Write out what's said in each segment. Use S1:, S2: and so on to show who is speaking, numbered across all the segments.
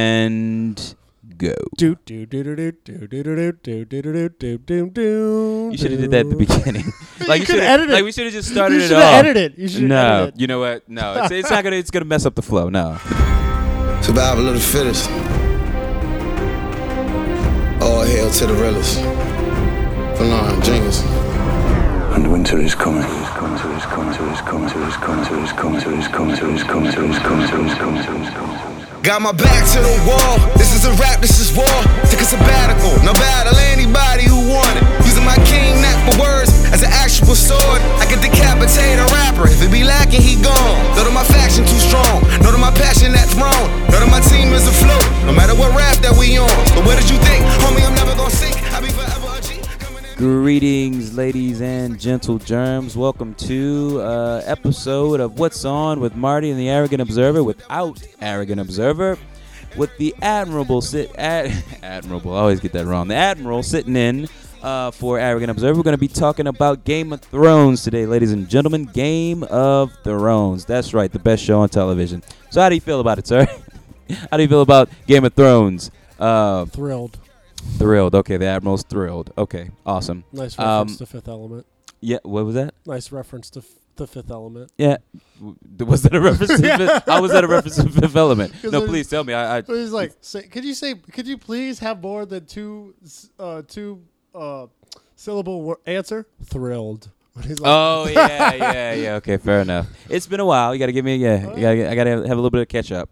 S1: and go.
S2: Do do do do do do do do do do do do do do do.
S1: You should have did that at the beginning. like
S2: coulda
S1: shoulda-
S2: edited.
S1: Like we should have just started
S2: You
S1: it
S2: should
S1: off.
S2: have edited. You should
S1: no,
S2: edit it.
S1: you know what? No, it's, it's not gonna. It's gonna mess up the flow. No.
S3: Survival of the fittest. All hail to the realest. Philon Jenkins.
S4: And winter is coming. Is coming. Is coming. Is coming. Is coming. Is coming. Is coming. Is coming. Is coming. Is coming. Is coming. Is coming.
S3: Got my back to the wall. This is a rap, this is war. Took a sabbatical. Now battle anybody who want it. Using my king neck for words as an actual sword. I could decapitate a rapper. If it be lacking, he gone. Know that my faction too strong. Know that my passion that throne. Know that my team is afloat. No matter what rap that we on. But where did you think? Homie, I'm never gonna sink. I'll be forever a G. Coming in-
S1: Greetings, ladies and gentle germs. Welcome to uh, episode of What's On with Marty and the Arrogant Observer without Arrogant Observer, with the admirable sit ad, admirable. I always get that wrong. The admiral sitting in uh, for Arrogant Observer. We're going to be talking about Game of Thrones today, ladies and gentlemen. Game of Thrones. That's right, the best show on television. So how do you feel about it, sir? how do you feel about Game of Thrones? Uh,
S2: Thrilled.
S1: thrilled. Okay, the admiral's thrilled. Okay, awesome.
S2: Nice
S1: Um,
S2: reference to Fifth Element.
S1: Yeah, what was that?
S2: Nice reference to f- the Fifth Element.
S1: Yeah, W- was that a reference? to
S2: Yeah.
S1: Fifth- How was that a reference to Fifth Element?
S2: 'Cause
S1: No,
S2: I-
S1: please tell me. I, I
S2: So he's like, say, could you say, could you please have more than two, s- uh, two, uh, syllable wor- answer? Thrilled. When he's like,
S1: oh yeah, yeah, yeah. Okay, fair enough. It's been a while. You got to give me a yeah. You gotta, get- I got to have a little bit of catch up.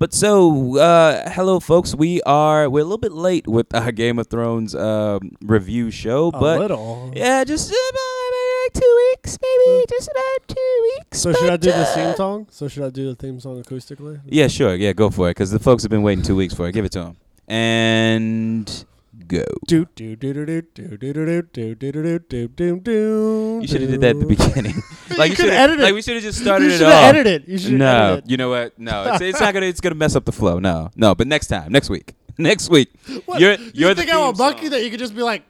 S1: But so, uh, hello, folks. We are we're a little bit late with our Game of Thrones um, review show,
S2: a
S1: but
S2: little.
S1: yeah, just about uh, two weeks, maybe just about two weeks.
S2: Mm. So should I
S1: but,
S2: do the
S1: uh,
S2: theme song? So should I do the theme song acoustically?
S1: Yeah, sure. Yeah, go for it. Because the folks have been waiting two weeks for it. Give it to them. And go.
S2: Do do do do do do do do do do do do do do do.
S1: You should have did that at the beginning. like
S2: You coulda
S1: shoulda-
S2: edited.
S1: Like we should have just started
S2: You
S1: it
S2: should
S1: off.
S2: have edited. You should
S1: no,
S2: edit.
S1: you know what? No, it's, it's not gonna. It's gonna mess up the flow. No, no. But next time, next week, next week.
S2: What?
S1: You're,
S2: You
S1: you're the
S2: think I want
S1: theme
S2: Bucky
S1: song.
S2: that you could just be like,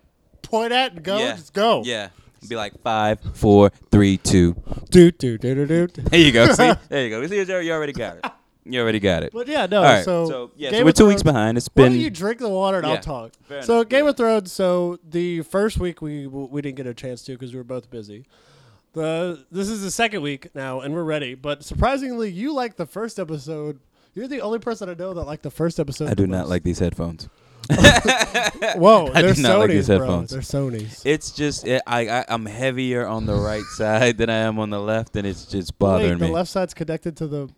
S2: point at and go,
S1: Yeah.
S2: just go.
S1: Yeah. Be like five, four, three, two.
S2: Do do do do do.
S1: There you go. See, there you go. See, you already got it. You already got it.
S2: But yeah, no.
S1: All right.
S2: So,
S1: So, yeah, so
S2: Game
S1: we're
S2: of
S1: two weeks
S2: Thrones-
S1: behind. It's
S2: Why
S1: been.
S2: don't you drink the water and I'll
S1: Yeah,
S2: talk?
S1: fair
S2: So
S1: enough,
S2: Game
S1: yeah.
S2: of Thrones. So the first week we we didn't get a chance to because we were both busy. The this is the second week now and we're ready. But surprisingly, you like the first episode. You're the only person I know that liked the first episode.
S1: I do
S2: the
S1: not
S2: most.
S1: like these headphones.
S2: Whoa,
S1: I
S2: they're
S1: do
S2: Sony's,
S1: not like these
S2: bro.
S1: headphones.
S2: They're Sony's.
S1: It's just it, I, I I'm heavier on the right side than I am on the left, and it's just bothering
S2: Wait,
S1: me.
S2: The left side's connected to the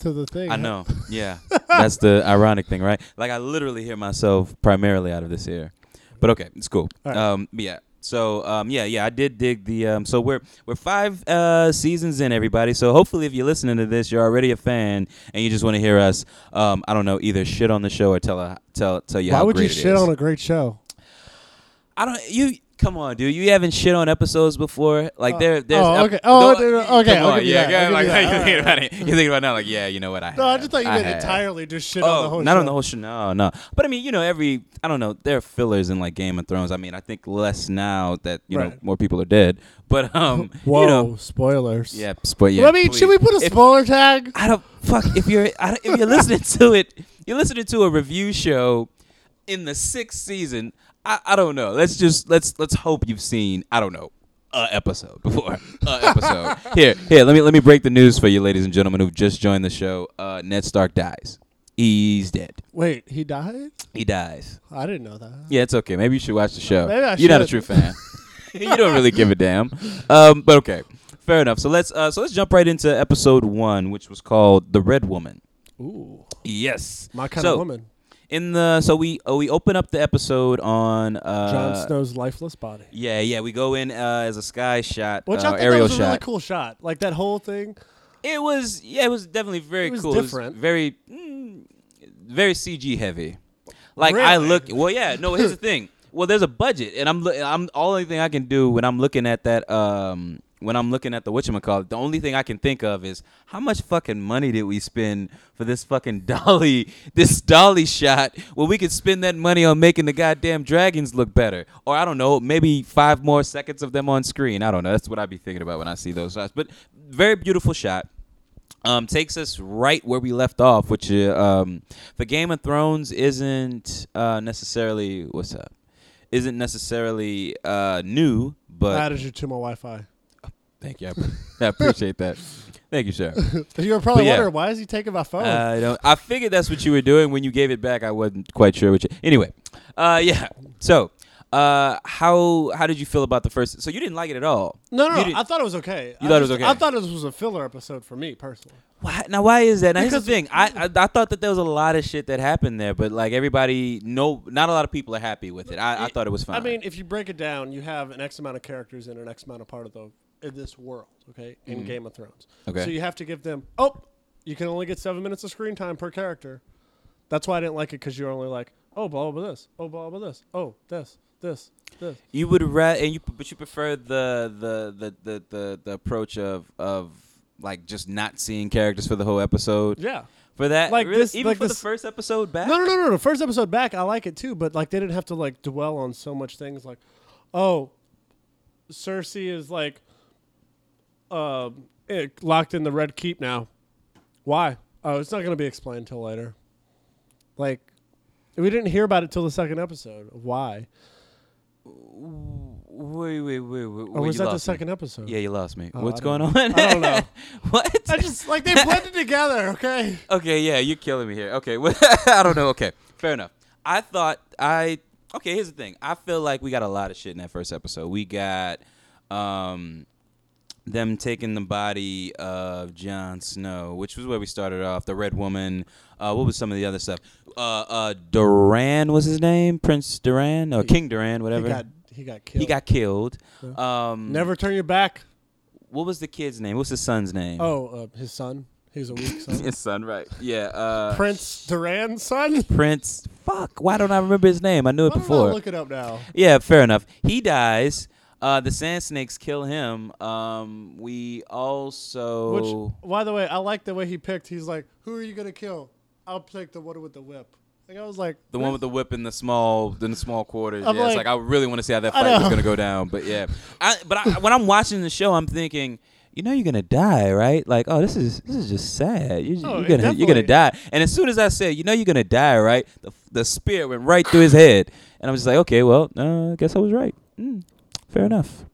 S2: to the thing.
S1: I know. Yeah, that's the ironic thing, right? Like I literally hear myself primarily out of this ear, but okay, it's cool.
S2: All right.
S1: Um, but yeah. So um, yeah, yeah, I did dig the um. So we're we're five uh seasons in, everybody. So hopefully, if you're listening to this, you're already a fan, and you just want to hear us. Um, I don't know, either shit on the show or tell tell tell you
S2: Why
S1: how
S2: would you
S1: great it
S2: shit
S1: is.
S2: on a great show?
S1: I don't. You come on, dude. You haven't shit on episodes before. Like
S2: Oh.
S1: there, there's.
S2: Oh,
S1: ep-
S2: okay. Oh,
S1: no,
S2: dude, okay,
S1: Come on,
S2: I'll give you
S1: yeah,
S2: that,
S1: yeah.
S2: I'll
S1: Like
S2: give you
S1: you
S2: that.
S1: think about it. You think about it now. Like yeah, you know what I.
S2: No, I
S1: have,
S2: just thought you
S1: I
S2: meant
S1: have.
S2: entirely just shit
S1: Oh,
S2: on the whole
S1: not
S2: show.
S1: on the whole show. No, no. But I mean, you know, every I don't know. There are fillers in like Game of Thrones. I mean, I think less now that you know
S2: Right.
S1: more people are dead. But um,
S2: Whoa,
S1: you know,
S2: spoilers.
S1: yeah. But yeah.
S2: I mean, should we
S1: please.
S2: put a
S1: If-
S2: spoiler tag?
S1: I don't fuck if you're I don't, if you're listening to it, you're listening to a review show in the sixth season. I, I don't know. Let's just let's let's hope you've seen I don't know a episode before a episode. here here let me let me break the news for you, ladies and gentlemen who've just joined the show. Uh, Ned Stark dies. He's dead.
S2: Wait, he died?
S1: He dies.
S2: I didn't know that.
S1: Yeah, it's okay. Maybe you should watch the show.
S2: Maybe I
S1: You're not a true
S2: should.
S1: fan. you don't really give a damn. Um, but okay, fair enough. So let's uh, so let's jump right into episode one, which was called "The Red Woman."
S2: Ooh,
S1: Yes,
S2: my kind
S1: So,
S2: of woman.
S1: In the so we oh, we open up the episode on uh,
S2: Jon Snow's lifeless body.
S1: Yeah, yeah, we go in uh, as a sky shot,
S2: Which
S1: uh,
S2: I think that
S1: aerial
S2: was a
S1: shot.
S2: really cool shot. Like that whole thing.
S1: It was yeah, it was definitely very
S2: It was
S1: cool.
S2: different.
S1: very mm, very CG heavy. Like I
S2: Really?
S1: look well, yeah. No, here's the thing. Well, there's a budget, and I'm loo- I'm all only thing I can do when I'm looking at that um when I'm looking at the whatchamacallit, the only thing I can think of is how much fucking money did we spend for this fucking dolly this dolly shot when we could spend that money on making the goddamn dragons look better or I don't know maybe five more seconds of them on screen I don't know that's what I'd be thinking about when I see those shots but very beautiful shot um, takes us right where we left off, which uh, um, the Game of Thrones isn't uh, necessarily what's up, isn't necessarily uh, new, but
S2: Added you to my Wi-Fi.
S1: thank you, I, appre- I appreciate that. Thank you, sir.
S2: You were probably
S1: But yeah.
S2: wondering why is he taking my phone?
S1: I don't. I figured that's what you were doing when you gave it back. I wasn't quite sure what you. Anyway, uh, yeah. So, uh, how how did you feel about the first? So you didn't like it at all.
S2: no, no,
S1: you
S2: no,
S1: didn't-
S2: I thought it was okay.
S1: You
S2: I
S1: thought it was
S2: just-
S1: okay.
S2: I thought this was a filler episode for me personally.
S1: Why, now, why is that? Now, here's the
S2: Because-
S1: thing. I, I I thought that there was a lot of shit that happened there, but like everybody, no, not a lot of people are happy with it. I, I thought it was fine.
S2: I mean, if you break it down, you have an X amount of characters in an X amount of part of the in this world, okay, in Game of Thrones.
S1: Mm-hmm. Okay.
S2: So you have to give them. Oh, you can only get seven minutes of screen time per character. That's why I didn't like it because you're only like, oh, blah blah this, oh, blah blah this, oh, this, this, this.
S1: you would ra- and you but you prefer the the the the the, the approach of of like just not seeing characters for the whole episode.
S2: Yeah.
S1: For that,
S2: Like
S1: like
S2: this-
S1: even
S2: like
S1: for
S2: this-
S1: the first episode back.
S2: No, no, no, no, no. First episode back, I like it too, but like they didn't have to like dwell on so much things like, oh, Cersei is like, um, eh, locked in the Red Keep now. Why? Oh, it's not gonna be explained till later. Like, we didn't hear about it till the second episode. Why?
S1: Wait, wait, wait, wait.
S2: Or Oh, was that the second episode?
S1: Yeah, you lost me.
S2: Oh,
S1: What's
S2: I
S1: going
S2: don't
S1: on?
S2: know. I don't know.
S1: what?
S2: I just like they blended together. Okay.
S1: Okay, yeah, you're killing me here. Okay, well, I don't know. Okay, fair enough. I thought I okay. Here's the thing. I feel like we got a lot of shit in that first episode. We got um them taking the body of Jon Snow, which was where we started off. The Red Woman. Uh, what was some of the other stuff? Uh, uh, Duran was his name, Prince Duran or King Duran,
S2: He
S1: whatever.
S2: got he got killed.
S1: He got killed. Um,
S2: Never turn your back.
S1: What was the kid's name? What's his son's name?
S2: Oh, uh, his son. He's a weak son.
S1: his son, right? Yeah. Uh,
S2: Prince Duran's son.
S1: Prince. Fuck. Why don't I remember his name? I knew it
S2: Why don't I
S1: before.
S2: Look it up now.
S1: yeah, fair enough. He dies. Uh, the Sand Snakes kill him. Um, we
S2: Which,
S1: also.
S2: by the way, I like the way he picked. He's like, "Who are you gonna kill? I'll take the one with the whip." Like I was like,
S1: the one with the whip and the small, in the small quarters.
S2: I'm
S1: yeah, it's
S2: like-
S1: like I really want to see how that
S2: I
S1: fight was
S2: know.
S1: gonna go down. But yeah, I, but I, when I'm watching the show, I'm thinking, you know, you're gonna die, right? Like, oh, this is this is just sad. You're, just-
S2: Oh,
S1: you're
S2: it
S1: gonna you're gonna
S2: definitely-
S1: die. And as soon as I said, you know, you're gonna die, right? The the spear went right through his head, and I'm just like, okay, well, uh, I guess I was right. Mm, fair enough.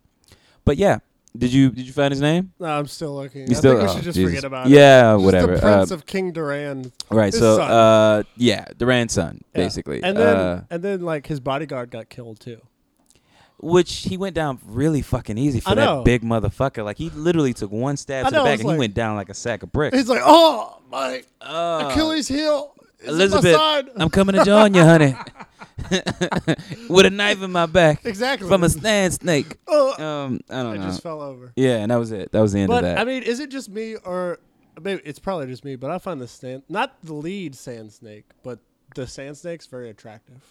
S1: But yeah, did you did you find his name?
S2: "No, I'm still looking."
S1: You
S2: I
S1: still
S2: think we
S1: oh,
S2: should just
S1: Jesus.
S2: forget about it.
S1: yeah,
S2: Just
S1: whatever.
S2: The
S1: Uh,
S2: Prince of King Duran,
S1: right.
S2: his
S1: So
S2: son.
S1: uh, yeah, Duran's son,
S2: Yeah.
S1: basically.
S2: and then
S1: Uh,
S2: and then like his bodyguard got killed too.
S1: Which he went down really fucking easy for
S2: I know.
S1: that big motherfucker. Like he literally took one stab
S2: I
S1: to the
S2: know, I
S1: back
S2: was
S1: and
S2: like-
S1: he went down like a sack of bricks.
S2: He's like, "Oh my
S1: Uh,
S2: Achilles heel." Is in my
S1: Elizabeth,
S2: side."
S1: I'm coming to join you, honey. With a knife in my back
S2: exactly.
S1: from a sand snake.
S2: Oh,
S1: Um, I don't
S2: I
S1: know.
S2: just fell over.
S1: yeah, and that was it. That was the end of
S2: But
S1: that.
S2: I mean, is it just me or maybe it's probably just me? But I find the sand, not the lead sand snake, but the sand snake's very attractive.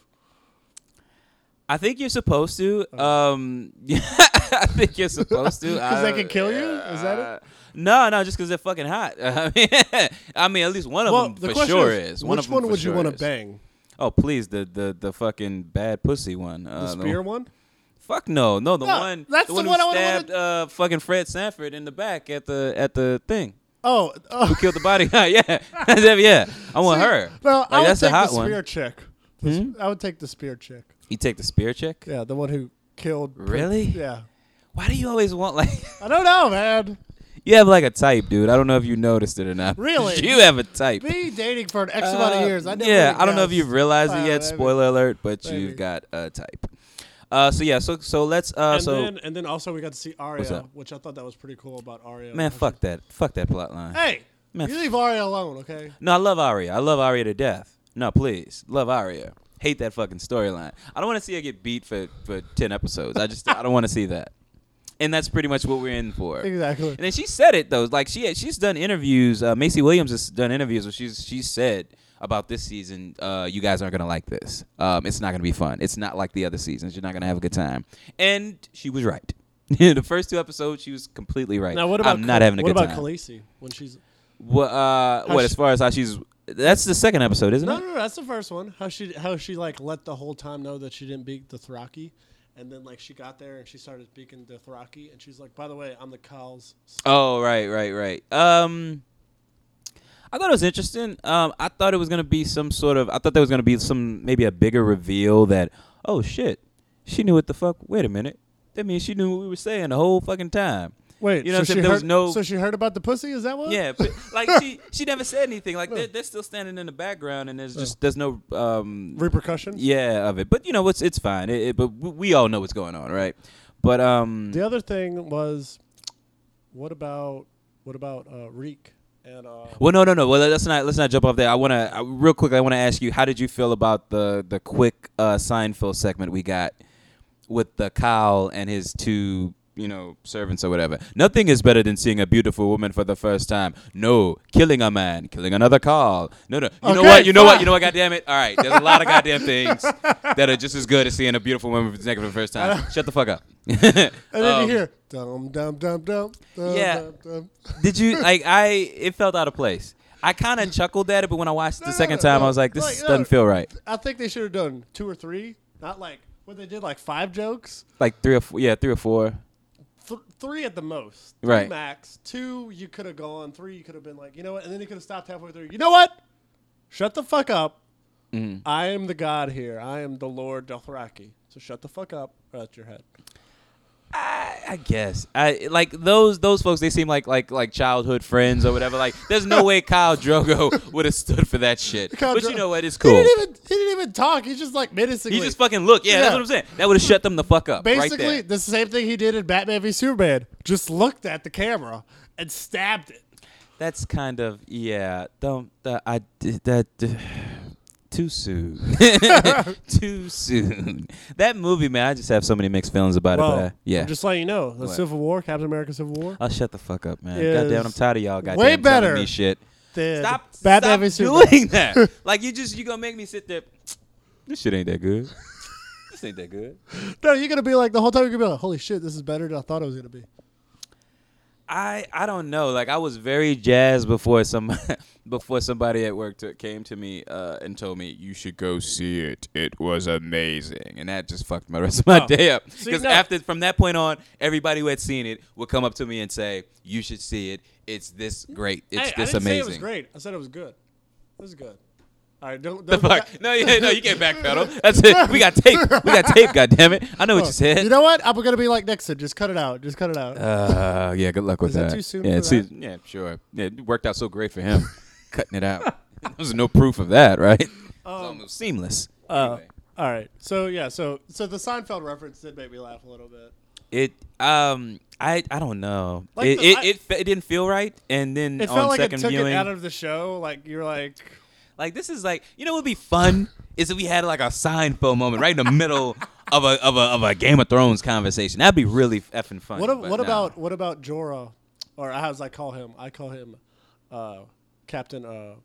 S1: I think you're supposed to. Um, I think you're supposed to.
S2: 'Cause they
S1: I-
S2: can kill you? Is that it?
S1: uh, No, no, just because they're fucking hot. I mean, I mean, at least one of
S2: well,
S1: them
S2: the
S1: for
S2: question
S1: sure
S2: is,
S1: is. One
S2: which
S1: of them
S2: one
S1: for
S2: would
S1: sure
S2: you want to
S1: is.
S2: bang?
S1: Oh please, the the the fucking bad pussy one. Uh,
S2: The spear one?
S1: Fuck no, no the
S2: No,
S1: one.
S2: that's
S1: the one,
S2: the one I
S1: who
S2: would've
S1: stabbed uh, fucking Fred Sanford in the back at the at the thing.
S2: Oh, oh.
S1: Killed the body guy. yeah, That's it, yeah. I want her.
S2: No,
S1: Like,
S2: I would
S1: that's
S2: take
S1: a hot
S2: the spear
S1: one. Hmm?
S2: chick. The s- I would take the spear chick.
S1: You take the spear chick.
S2: Yeah, the one who killed. Prince-
S1: Really?
S2: yeah.
S1: Why do you always want like?
S2: I don't know, man.
S1: you have like a type, dude. I don't know if you noticed it or not.
S2: Really?
S1: you have a type.
S2: Me dating for an X amount
S1: Uh,
S2: of years. I never
S1: yeah,
S2: would've
S1: I don't know if
S2: guessed. Ah,
S1: you've realized
S2: Wow,
S1: it yet.
S2: that'd be-
S1: Spoiler alert, but
S2: maybe.
S1: you've got a type. Uh, so yeah, so so let's uh,
S2: And
S1: so
S2: then, and then also we got to see Arya,
S1: up?
S2: which I thought that was pretty cool about Arya.
S1: man,
S2: How
S1: fuck that, fuck that plot line.
S2: she- Hey,
S1: Man,
S2: you leave Arya alone, okay?
S1: No, I love Arya. I love Arya to death. No, please, love Arya. Hate that fucking storyline. I don't want to see her get beat for for ten episodes. I just I don't want to see that. And that's pretty much what we're in for.
S2: Exactly.
S1: And then she said it though, like she had, she's done interviews. Uh, Macy Williams has done interviews where she's she said about this season, uh, you guys aren't gonna like this. Um, it's not gonna be fun. It's not like the other seasons. You're not gonna have a good time. And she was right. the first two episodes, she was completely right.
S2: Now, what about
S1: I'm not having a
S2: what
S1: good
S2: about
S1: time.
S2: Khaleesi when she's
S1: Well, uh, what
S2: she-
S1: as far as how she's that's the second episode, isn't
S2: No,
S1: it?
S2: no, no, that's the first one. How she how she like let the whole time know that she didn't beat the Thraki, and then like she got there and she started speaking the Thraki, and she's like, "By the way, I'm the Kyle's."
S1: Oh, right, right, right. Um, I thought it was interesting. Um, I thought it was gonna be some sort of. I thought there was gonna be some maybe a bigger reveal that oh shit, she knew what the fuck. Wait a minute, that means she knew what we were saying the whole fucking time.
S2: Wait,
S1: you know, what
S2: so
S1: I'm
S2: she
S1: saying? there was
S2: heard-
S1: no.
S2: So she heard about the pussy? Is that what?
S1: yeah, but, like she she never said anything. Like they're, they're still standing in the background, and there's just there's no um
S2: Repercussions.
S1: yeah of it. But you know it's it's fine. It, it, but we we all know what's going on, right? But um
S2: The other thing was, what about what about uh, Reek and uh,
S1: Well, no, no, no. Well, let's not let's not jump off there. I want to real quick. I want to ask you, how did you feel about the the quick uh, Seinfeld segment we got with the Kyle and his two you know servants or whatever? Nothing is better than seeing a beautiful woman for the first time. No, killing a man, killing another Kyle. No, no. You know
S2: Okay,
S1: what? You know what?
S2: fine.
S1: You know what? Goddamn it! All right, there's a lot of goddamn things that are just as good as seeing a beautiful woman for the first time. Shut the fuck up.
S2: and then
S1: Um,
S2: you hear dum dum dum dum. dum
S1: Yeah.
S2: Dum, dum.
S1: Did you like? I it felt out of place. I kind of chuckled at it, but when I watched it the
S2: No, no,
S1: second
S2: no,
S1: time,
S2: no.
S1: I was like, "This
S2: Like, no.
S1: doesn't feel right."
S2: I think they should have done two or three, not like what they did, like five jokes,
S1: Like three or four, yeah, three or four.
S2: Th- three at the most,
S1: Right.
S2: Three max. Two you could have gone. Three you could have been like, you know what? And then you could have stopped halfway through. You know what? Shut the fuck up.
S1: Mm-hmm.
S2: I am the god here. I am the Lord Dothraki. So shut the fuck up. Or that's your head.
S1: I, I guess I like those those folks. They seem like like like childhood friends or whatever. Like, there's no way Kyle Drogo would have stood for that shit.
S2: Kyle
S1: but
S2: Dro-
S1: you know what? It's
S2: He
S1: cool.
S2: didn't even he didn't even talk. He just like menacingly.
S1: He just fucking look. Yeah,
S2: Yeah.
S1: that's what I'm saying. That would have shut them the fuck up.
S2: basically
S1: right there.
S2: the same thing he did in Batman v Superman. Just looked at the camera and stabbed it.
S1: That's kind of yeah. Don't uh, I did that too soon. too soon. That movie, man. I just have so many mixed feelings about it. But, uh, yeah.
S2: I'm just letting you know, the
S1: What? Uh,
S2: Civil War, Captain America Civil War.
S1: I'll shut the fuck up, man.
S2: Is
S1: Goddamn, I'm tired of y'all. Goddamn,
S2: way
S1: telling
S2: better
S1: me shit.
S2: Did
S1: Stop,
S2: Batman v
S1: stop
S2: Superman.
S1: doing that. like you just you gonna make me sit there. This shit ain't that good. this ain't that good.
S2: No, you're gonna be like the whole time. You're gonna be like, "Holy shit, this is better than I thought it was gonna be."
S1: I I don't know. Like I was very jazzed before some before somebody at work took came to me uh, and told me you should go see it. It was amazing, and that just fucked my rest of my
S2: Oh.
S1: day up.
S2: See,
S1: Because
S2: no.
S1: after from that point on, everybody who had seen it would come up to me and say you should see it. It's this great. It's
S2: Hey,
S1: this
S2: I didn't say
S1: amazing.
S2: it was great. I said it was good. It was good. All right, don't,
S1: the
S2: don't
S1: fuck? No, yeah, no, you can't backpedal. That's it. We got tape. We got tape. Goddamn it! I know what you said.
S2: You know what? I'm gonna be like Nixon. Just cut it out. Just cut it out.
S1: uh, yeah. Good luck with
S2: Is that too soon
S1: Yeah,
S2: for
S1: it's too-
S2: that?
S1: yeah, sure. Yeah, it worked out so great for him, cutting it out. There's no proof of that, right? It's
S2: Um,
S1: almost seamless.
S2: uh,
S1: Anyway.
S2: All right. So yeah. So so the Seinfeld reference did make me laugh a little bit.
S1: It um. I, I don't know.
S2: Like
S1: it,
S2: the-
S1: it,
S2: I-
S1: it, fe- it didn't feel right, and then
S2: It
S1: on
S2: felt like it
S1: second
S2: took
S1: viewing,
S2: it out of the show. Like you're like,
S1: Like this is like you know what would be fun is if we had like a Seinfeld moment right in the middle of a of a of a Game of Thrones conversation. That'd be really effing fun.
S2: what? ab-
S1: but
S2: what
S1: nah.
S2: about what about Jorah? Or how does I call him? I call him uh, Captain uh,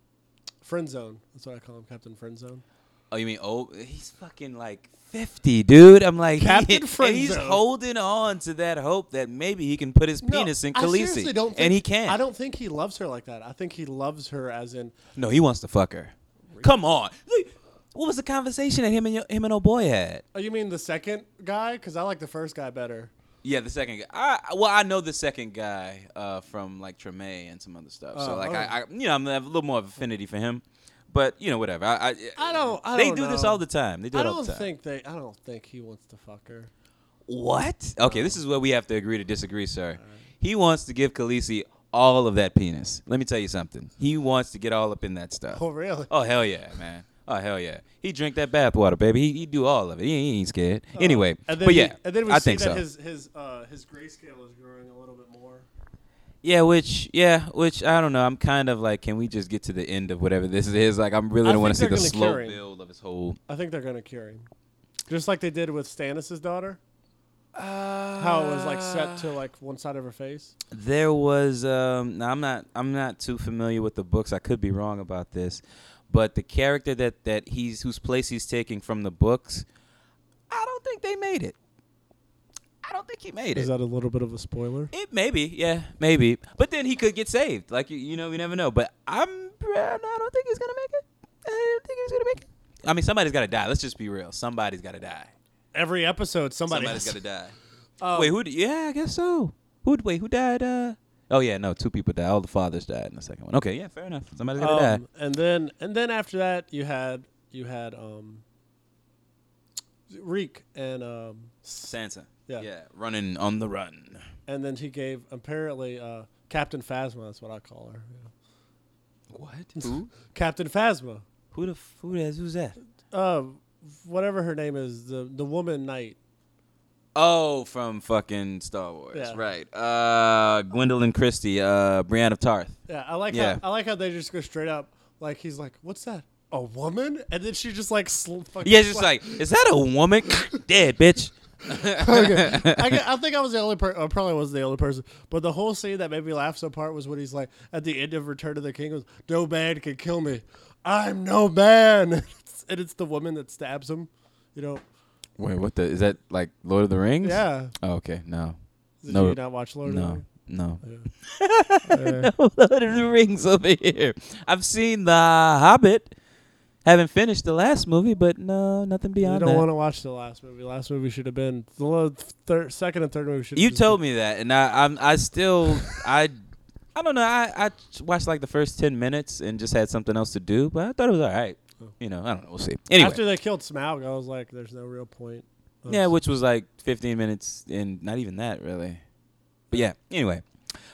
S2: Friendzone. That's what I call him, Captain Friendzone.
S1: Oh, you mean old? He's fucking like fifty, dude. I'm like
S2: Captain
S1: and he's
S2: Friendzone.
S1: holding on to that hope that maybe he can put his penis in
S2: I
S1: Khaleesi,
S2: seriously don't think,
S1: and he can't.
S2: I don't think he loves her like that. I think he loves her as in
S1: No, he wants to fuck her. Come on. Look, What was the conversation that him and your, him and old boy had?
S2: Oh, you mean the second guy? Because I like the first guy better.
S1: Yeah, the second guy. I, well, I know the second guy uh, from like Treme and some other stuff. so
S2: Oh,
S1: like,
S2: okay.
S1: I, I, you know, I'm I have a little more of affinity for him. But you know, whatever. I, I,
S2: I don't- I
S1: they
S2: don't
S1: do this
S2: know.
S1: all the time. They do
S2: I
S1: it all
S2: don't
S1: the time.
S2: think they. I don't think he wants to fuck her.
S1: what? Okay, this is where we have to agree to disagree, sir. He wants to give Khaleesi all of that penis. Let me tell you something. He wants to get all up in that stuff.
S2: Oh really?
S1: Oh hell yeah, man. Oh hell yeah. He drink that bathwater, baby. He, he do all of it. He, he ain't scared. anyway,
S2: Oh. And then
S1: but yeah,
S2: we, and then we
S1: I
S2: see
S1: think
S2: that
S1: so.
S2: his his uh, his grayscale is growing a little bit more.
S1: yeah, which yeah, which I don't know. I'm kind of like, can we just get to the end of whatever this is? Like, I'm really
S2: I
S1: don't want
S2: think
S1: to see
S2: they're
S1: the
S2: gonna
S1: slow
S2: cure him.
S1: build of his whole.
S2: I think they're gonna cure him, just like they did with Stannis' daughter. How it was like set to like one side of her face.
S1: There was um now I'm not I'm not too familiar with the books. I could be wrong about this. But the character that that he's whose place he's taking from the books, I don't think they made it. I don't think he made it.
S2: Is that a little bit of a spoiler?
S1: It maybe, yeah, maybe. But then he could get saved. Like you, you know, we never know. But I'm, I don't think he's gonna make it. I don't think he's gonna make it. I mean, somebody's gotta die. Let's just be real. Somebody's gotta die.
S2: Every episode, somebody.
S1: Somebody's Um,
S2: has-
S1: gotta die. wait, who? d- Yeah, I guess so. Who? Wait, who died? Uh, Oh yeah, no, two people died. All the fathers died in the second one. Okay, yeah, fair enough. Somebody's gonna die.
S2: Um, and then and then after that you had you had um Reek and um
S1: Sansa.
S2: yeah.
S1: running on the run.
S2: and then he gave apparently uh Captain Phasma, that's what I call her. yeah.
S1: What? Who?
S2: Captain Phasma.
S1: who the f- who is who's that?
S2: Uh whatever her name is, the the woman knight.
S1: Oh, from fucking Star Wars,
S2: Yeah.
S1: right? Uh, Gwendolyn Christie, uh, Brienne of Tarth.
S2: Yeah, I like
S1: Yeah.
S2: how I like how they just go straight up like he's like, What's that? A woman? And then she just like sl- fucking
S1: Yeah, it's just
S2: slapped-
S1: like, is that a woman? Dead, bitch.
S2: I, gu- I think I was the only person. I probably was the only person. But the whole scene that made me laugh so part was when he's like at the end of Return of the King was no man can kill me. I'm no man, and it's the woman that stabs him. You know,
S1: Wait, what the? Is that like Lord of the Rings?
S2: yeah.
S1: Oh, okay, no,
S2: Did
S1: No.
S2: you not watch Lord? of the
S1: no,
S2: Rings?
S1: no.
S2: Uh,
S1: Lord of the Rings over here. I've seen The Hobbit. Haven't finished the last movie, but no, nothing
S2: you
S1: beyond
S2: don't
S1: that.
S2: want to watch the last movie. Last movie should have been the lo- thir- second and third movie should.
S1: you told me that, and I, I'm, I still, I, I don't know. I, I watched like the first ten minutes and just had something else to do, but I thought it was all right. You know, I don't know. We'll see. Anyway,
S2: Oh. after they killed Smaug, I was like, "There's no real point." of
S1: yeah, which was like 15 minutes, and not even that really. But yeah, anyway.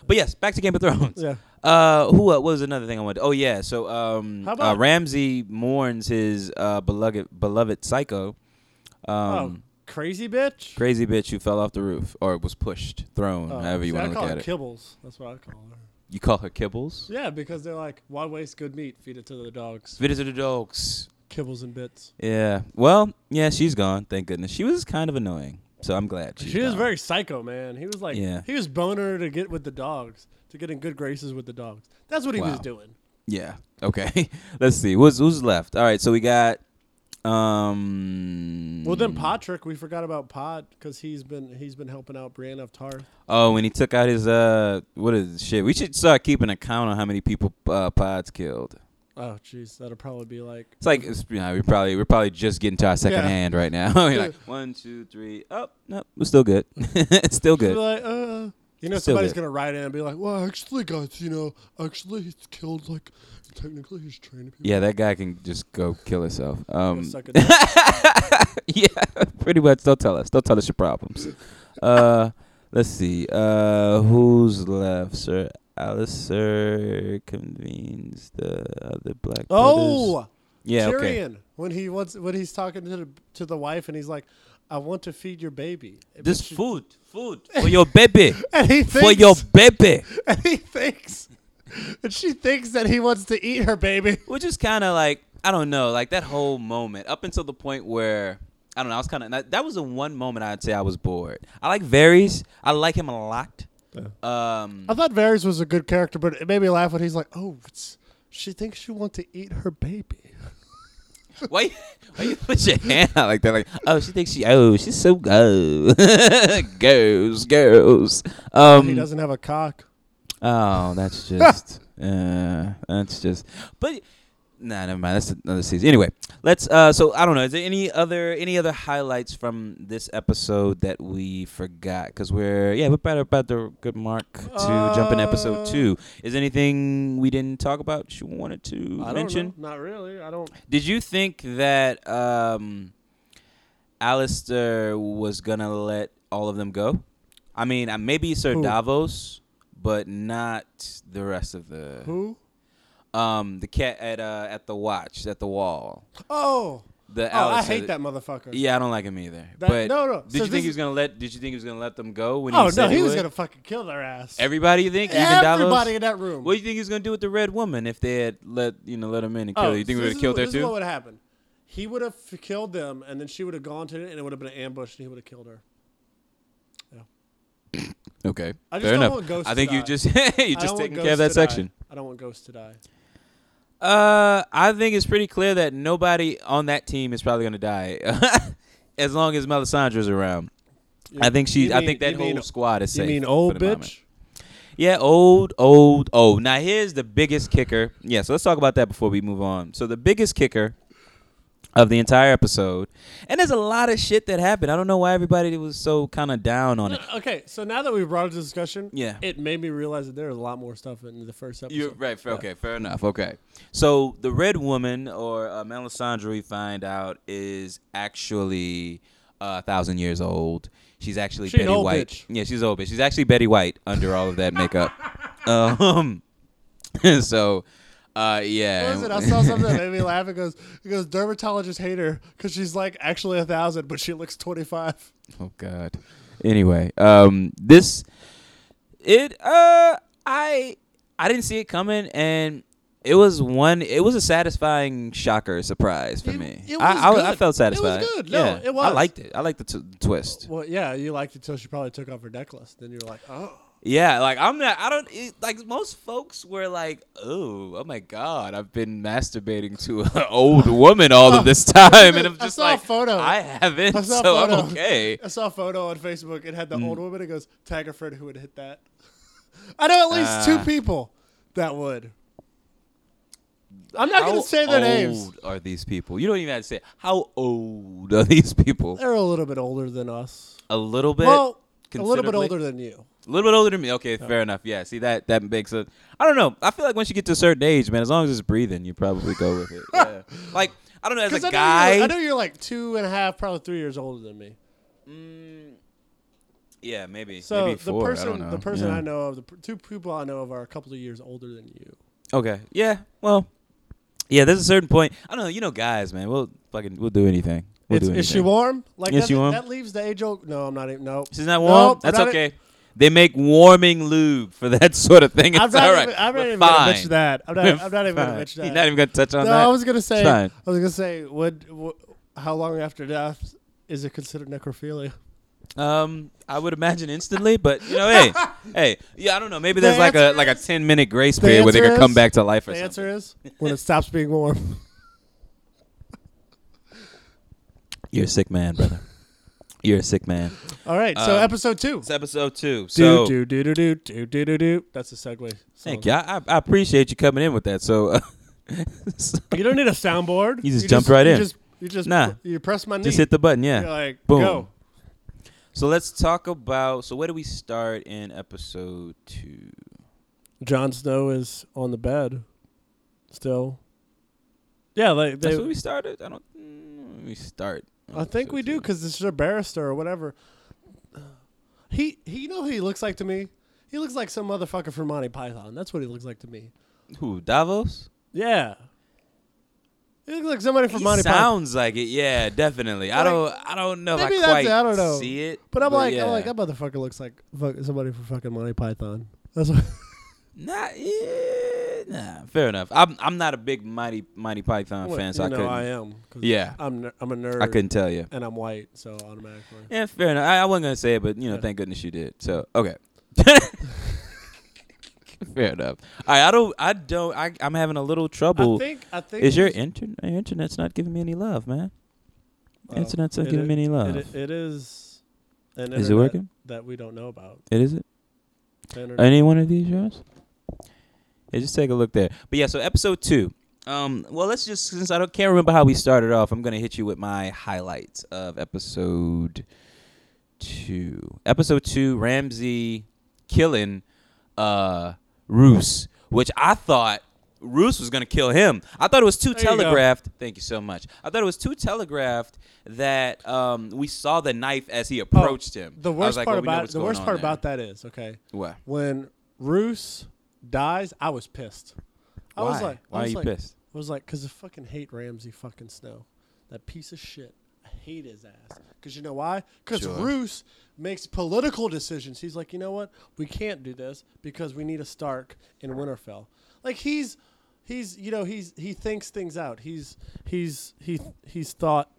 S1: But yes, back to Game of Thrones.
S2: Yeah.
S1: Uh, who? Uh, what was another thing I wanted? Oh yeah. So um,
S2: How
S1: uh,
S2: about-
S1: Ramsey mourns his uh beloved beloved psycho,
S2: oh,
S1: um,
S2: crazy bitch.
S1: crazy bitch who fell off the roof or was pushed, thrown,
S2: Oh,
S1: however you
S2: see,
S1: want to
S2: I call
S1: look at
S2: her
S1: it.
S2: Kibbles. That's what I call her.
S1: you call her kibbles.
S2: Yeah, because they're like, why waste good meat? Feed it to the dogs.
S1: Visit the dogs.
S2: Kibbles and bits.
S1: Yeah. Well, yeah, she's gone. Thank goodness. She was kind of annoying, so I'm glad. She's
S2: She was
S1: gone.
S2: very psycho, man. He was like,
S1: Yeah.
S2: he was boning her to get with the dogs, to get in good graces with the dogs. That's what he
S1: Wow.
S2: was doing.
S1: Yeah. Okay. Let's see. Who's who's left? All right. So we got. Um.
S2: Well, then Patrick, we forgot about Pod because he's been he's been helping out Brienne of Tarth.
S1: Oh, when he took out his uh, what is shit? We should start keeping a count on how many people uh, Pods killed.
S2: Oh, jeez, that'll probably be like
S1: It's like it's, you know, we probably we're probably just getting to our second
S2: Yeah.
S1: hand right now. You're like, one, two, three. Oh, no, we're still good. it's still
S2: be
S1: good.
S2: like, uh, you know,
S1: Still
S2: somebody's
S1: good.
S2: gonna write in and be like, well, actually, guys, you know, actually, he's killed like technically he's training people.
S1: Yeah, that guy can just go kill himself.
S2: Go
S1: Um,
S2: suck a dick.
S1: yeah, pretty much. Don't tell us. Don't tell us your problems. Uh, let's see. Uh, who's left? Sir Alistair convenes the other black. brothers.
S2: oh.
S1: yeah.
S2: Tyrion
S1: Okay.
S2: when he wants when he's talking to the, to the wife and he's like, "I want to feed your baby."
S1: This
S2: But she-
S1: food, food for your baby,
S2: and he thinks,
S1: for your baby,
S2: and he thinks, and she thinks that he wants to eat her baby.
S1: which is kind of like I don't know, like that whole moment up until the point where. I don't know. I was kind of that, that was the one moment I'd say I was bored. I like Varys. I like him a lot. Um,
S2: I thought Varys was a good character, but it made me laugh when he's like, "Oh, it's, she thinks she wants to eat her baby."
S1: Why, why you put your hand out like that? Like, oh, she thinks she, oh, she's so go, goes, goes.
S2: he
S1: Um,
S2: doesn't have a cock.
S1: oh, that's just, uh, that's just. But nah, never mind. That's another season. Anyway, let's. Uh, so I don't know. Is there any other any other highlights from this episode that we forgot? Because we're yeah, we're about about the good mark to jump in episode
S2: Uh,
S1: two. Is there anything we didn't talk about? You wanted to
S2: I
S1: mention?
S2: don't know. Not really. I don't.
S1: Did you think that um Alistair was gonna let all of them go? I mean, uh, maybe Sir
S2: Who?
S1: Davos, but not the rest of the
S2: Who?
S1: um the cat at uh at the watch at the wall.
S2: Oh,
S1: The
S2: oh, I
S1: Alistair-
S2: hate that motherfucker.
S1: Yeah, I don't like him either.
S2: That-
S1: but
S2: no, no.
S1: Did
S2: So
S1: you
S2: this
S1: think he
S2: is-
S1: was gonna let? Did you think he was gonna let them go when
S2: Oh
S1: he said
S2: no,
S1: he
S2: he was
S1: would?
S2: gonna fucking kill their ass.
S1: Everybody, you think? Even Davos?
S2: Everybody in that room.
S1: What do you think he was gonna do with the red woman if they had let you know let him in and kill
S2: Oh,
S1: her? You think
S2: so
S1: we would
S2: this
S1: have
S2: is
S1: killed
S2: what-
S1: her
S2: this is what
S1: too?
S2: would happen? He would have f- killed them, and then she would have gone to it, and it would have been an ambush, and he would have killed her.
S1: Okay,
S2: I just
S1: fair
S2: don't
S1: enough.
S2: want ghosts
S1: I
S2: to
S1: think you
S2: die.
S1: just you
S2: I
S1: just
S2: don't want
S1: taking care of that
S2: ghosts to die.
S1: section.
S2: I don't want ghosts to die.
S1: Uh, I think it's pretty clear that nobody on that team is probably gonna die, as long as Melisandre's around. I think she.
S2: you
S1: I
S2: mean-
S1: think that
S2: you
S1: whole
S2: mean-
S1: squad is
S2: You
S1: safe.
S2: mean
S1: for
S2: old
S1: the moment.
S2: bitch?
S1: Yeah, old, old, old. Now here's the biggest kicker. Yeah, so let's talk about that before we move on. So the biggest kicker of the entire episode. And there's a lot of shit that happened. I don't know why everybody was so kind of down on it.
S2: Okay, so now that we've brought it to discussion,
S1: Yeah.
S2: it made me realize that there was a lot more stuff in the first episode.
S1: You're right. Fair, okay, fair enough. Okay, so the red woman or uh, Melisandre, we find out, is actually uh, a thousand years old. She's actually
S2: She an
S1: Betty
S2: old
S1: White.
S2: bitch.
S1: Yeah, she's an old bitch. She's actually Betty White under all of that makeup. um, so, uh, yeah.
S2: What was it? I saw something that made me laugh. It goes, it goes, dermatologists hate her because she's like actually a thousand, but she looks twenty five.
S1: Oh God. Anyway, um, this it uh I I didn't see it coming, and it was one. It was a satisfying shocker surprise for
S2: It-
S1: me.
S2: it was
S1: I, I I
S2: good.
S1: felt
S2: It was
S1: satisfied.
S2: good. No,
S1: Yeah,
S2: it was.
S1: I liked it. I liked the t- twist.
S2: Well, yeah, you liked it till she probably took off her necklace. Then you're like, oh,
S1: Yeah, like I'm not. I don't it, like most folks were like, oh, oh my God, I've been masturbating to an old woman all of this time, and I'm
S2: I
S1: just
S2: saw a
S1: like,
S2: photo.
S1: I haven't,
S2: I saw a
S1: so I'm
S2: photo.
S1: okay.
S2: I saw a photo on Facebook. It had the old
S1: Hmm.
S2: woman. It goes, tag a friend who would hit that. I know at least two
S1: Ah.
S2: people that would. I'm not going
S1: How
S2: to say their
S1: old
S2: names.
S1: are these people? You don't even have to say. How old are these people?
S2: They're a little bit older than us.
S1: A little bit.
S2: well, a little bit
S1: considerably?
S2: older than you.
S1: A little bit older than me. Okay, fair enough. Yeah. See that that makes a. I don't know. I feel like once you get to a certain age, man, as long as it's breathing, you probably go with it. Yeah. like I don't know. As a
S2: Because I know
S1: guy,
S2: you're- I know you're like two and a half, probably three years older than me.
S1: yeah, maybe.
S2: So
S1: maybe
S2: the
S1: four,
S2: person,
S1: I don't know.
S2: the person
S1: yeah.
S2: I know of, the p- two people I know of are a couple of years older than you.
S1: Okay. Yeah. Well. Yeah. There's a certain point. I don't know. You know, guys, man. We'll fucking we'll do anything. We'll
S2: It's-
S1: do anything.
S2: is she warm? Like
S1: Yes,
S2: that,
S1: she warm.
S2: that leaves the age old. No, I'm not even. No,
S1: She's not warm.
S2: Nope,
S1: That's
S2: not e-
S1: okay. they make warming lube for that sort of thing. It's
S2: I'm not
S1: all
S2: even,
S1: right.
S2: I'm not
S1: We're
S2: even gonna
S1: fine.
S2: mention that. I'm not, I'm not even
S1: Fine.
S2: gonna mention that.
S1: You're not even gonna touch on
S2: no,
S1: that.
S2: I was gonna say.
S1: It's fine.
S2: I was gonna say. What, what? How long after death is it considered necrophilia?
S1: Um, I would imagine instantly, but you know, hey, hey, yeah, I don't know. Maybe
S2: The
S1: there's like a
S2: answer
S1: like a
S2: is-
S1: ten minute grace
S2: the
S1: period where they
S2: answer
S1: could come
S2: is-
S1: back to life or
S2: The
S1: something.
S2: answer is when it stops being warm.
S1: You're a sick man, brother. You're a sick man.
S2: All right. So
S1: Um,
S2: episode two.
S1: It's episode two. So
S2: Do do do do do do do do do. That's a segue.
S1: thank you. I, I- I appreciate you coming in with that. So, uh, so
S2: You don't need a soundboard.
S1: You just jumped right
S2: you
S1: in.
S2: Just, you just
S1: Nah.
S2: You press my knee.
S1: just hit the button, yeah.
S2: You're like
S1: Boom.
S2: go.
S1: So let's talk about. So where do we start in episode two?
S2: Jon Snow is on the bed. Still. Yeah, like
S1: That's
S2: they,
S1: where we started. I don't. mm, We start.
S2: I think we do because this is a barrister or whatever. He he, you know who he looks like to me. He looks like some motherfucker from Monty Python. That's what he looks like to me.
S1: Who Davos?
S2: Yeah. He looks like somebody from
S1: He
S2: Monty Python.
S1: sounds like it. Yeah, definitely. I
S2: Like,
S1: don't. I don't know.
S2: Maybe
S1: if I
S2: that's
S1: quite
S2: it. I don't know.
S1: See it,
S2: But I'm like,
S1: yeah.
S2: I'm like that motherfucker looks like fuck, somebody from fucking Monty Python. That's what.
S1: Nah, yeah, nah. Fair enough. I'm. I'm not a big Mighty Mighty Python
S2: Well,
S1: fan,
S2: you
S1: so I
S2: know
S1: couldn't.
S2: I am. 'cause
S1: Yeah.
S2: I'm ner- I'm a nerd.
S1: I couldn't tell you.
S2: and I'm white, so automatically.
S1: Yeah, fair enough. I, I wasn't gonna say it, but you know,
S2: Yeah.
S1: thank goodness you did. So okay. fair enough. All right. I don't. I don't. I, I'm having a little trouble.
S2: I think I think
S1: Is your
S2: it-
S1: internet? Your internet's not giving me any love, man.
S2: well,
S1: Internet's not
S2: it
S1: giving
S2: i-
S1: me any love.
S2: It, it is. An
S1: uh? Is it
S2: internet
S1: working?
S2: That we don't know about.
S1: It is it.
S2: The internet-
S1: Any one of these yours? Yeah, just take a look there. But yeah, so episode two. Um, well, let's just since I don't can't remember how we started off, I'm gonna hit you with my highlights of episode two. Episode two, Ramsey killing uh Roos, which I thought Roos was gonna kill him. I thought it was too
S2: you go.
S1: telegraphed. Thank you so much. I thought it was too telegraphed that um we saw the knife as he
S2: Oh,
S1: approached him.
S2: The
S1: I was
S2: worst
S1: like,
S2: part
S1: well, we know
S2: about
S1: what's
S2: the
S1: going
S2: worst
S1: on
S2: part
S1: there.
S2: about that is okay.
S1: What?
S2: When Roos dies, I was pissed. I was
S1: Why?
S2: like,
S1: Why
S2: I
S1: are
S2: was
S1: you
S2: like,
S1: pissed?
S2: I was like, because I fucking hate Ramsey fucking Snow, that piece of shit. I hate his ass. Because you know why? Because
S1: Sure.
S2: Roos makes political decisions. He's like, you know what? We can't do this because we need a Stark in Winterfell. Like he's, he's, you know, he's he thinks things out. He's he's he he's thought.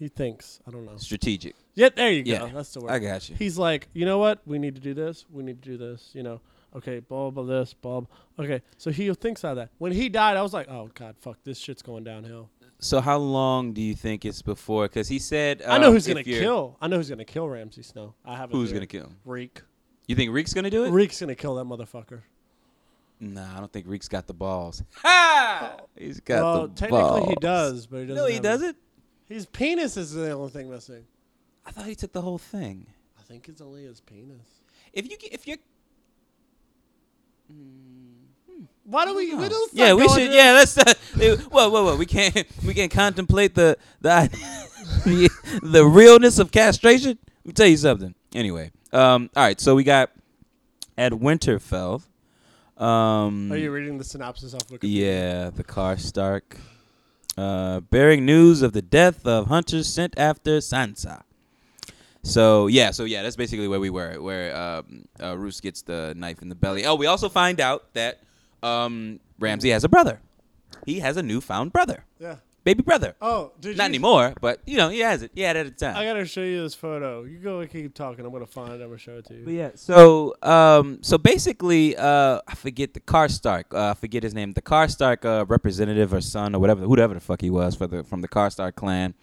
S2: He thinks. I don't know.
S1: Strategic.
S2: Yeah, there you
S1: Yeah,
S2: go. That's the word.
S1: I got you.
S2: He's like, you know what? We need to do this. We need to do this. You know, okay, blah blah blah, this, blah. blah. Okay, so he thinks out of that. When he died, I was like, oh god, fuck, this shit's going downhill.
S1: So how long do you think it's before? Because he said,
S2: I know
S1: um,
S2: who's
S1: if
S2: gonna
S1: you're-
S2: kill. I know who's gonna kill Ramsey Snow. I have. it
S1: Who's
S2: here.
S1: gonna kill him?
S2: Reek.
S1: You think Reek's gonna do it?
S2: Reek's gonna kill that motherfucker.
S1: Nah, I don't think Reek's got the balls. Ha! He's got
S2: well,
S1: the
S2: technically he
S1: balls.
S2: does, but he doesn't.
S1: No, he
S2: have-
S1: doesn't.
S2: His penis is the only thing missing.
S1: I thought he took the whole thing.
S2: I think it's only his penis.
S1: If you if you're
S2: Why do we? we don't
S1: yeah,
S2: start
S1: we
S2: going
S1: should.
S2: to-
S1: Yeah, let's. Uh, eh, whoa, whoa, whoa. We can't. We can't contemplate the the the, the realness of castration. Let me tell you something. Anyway, um, all right. So we got at Winterfell. Um,
S2: Are you reading the synopsis off Wikipedia?
S1: yeah, the car Stark, uh, bearing news of the death of hunters sent after Sansa. So yeah, so yeah, that's basically where we were, where um, uh, Roose gets the knife in the belly. Oh, we also find out that um, Ramsey has a brother. He has a newfound brother,
S2: Yeah.
S1: baby brother.
S2: Oh, did
S1: Not
S2: you-
S1: anymore, but you know he has it. He had it at the time.
S2: I gotta show you this photo. You go and keep talking. I'm gonna find. it. I'm gonna show it to you.
S1: But yeah, so um, so basically, uh, I forget the Karstark. Uh, I forget his name. The Karstark uh, representative or son or whatever, whoever the fuck he was for the from the Karstark clan,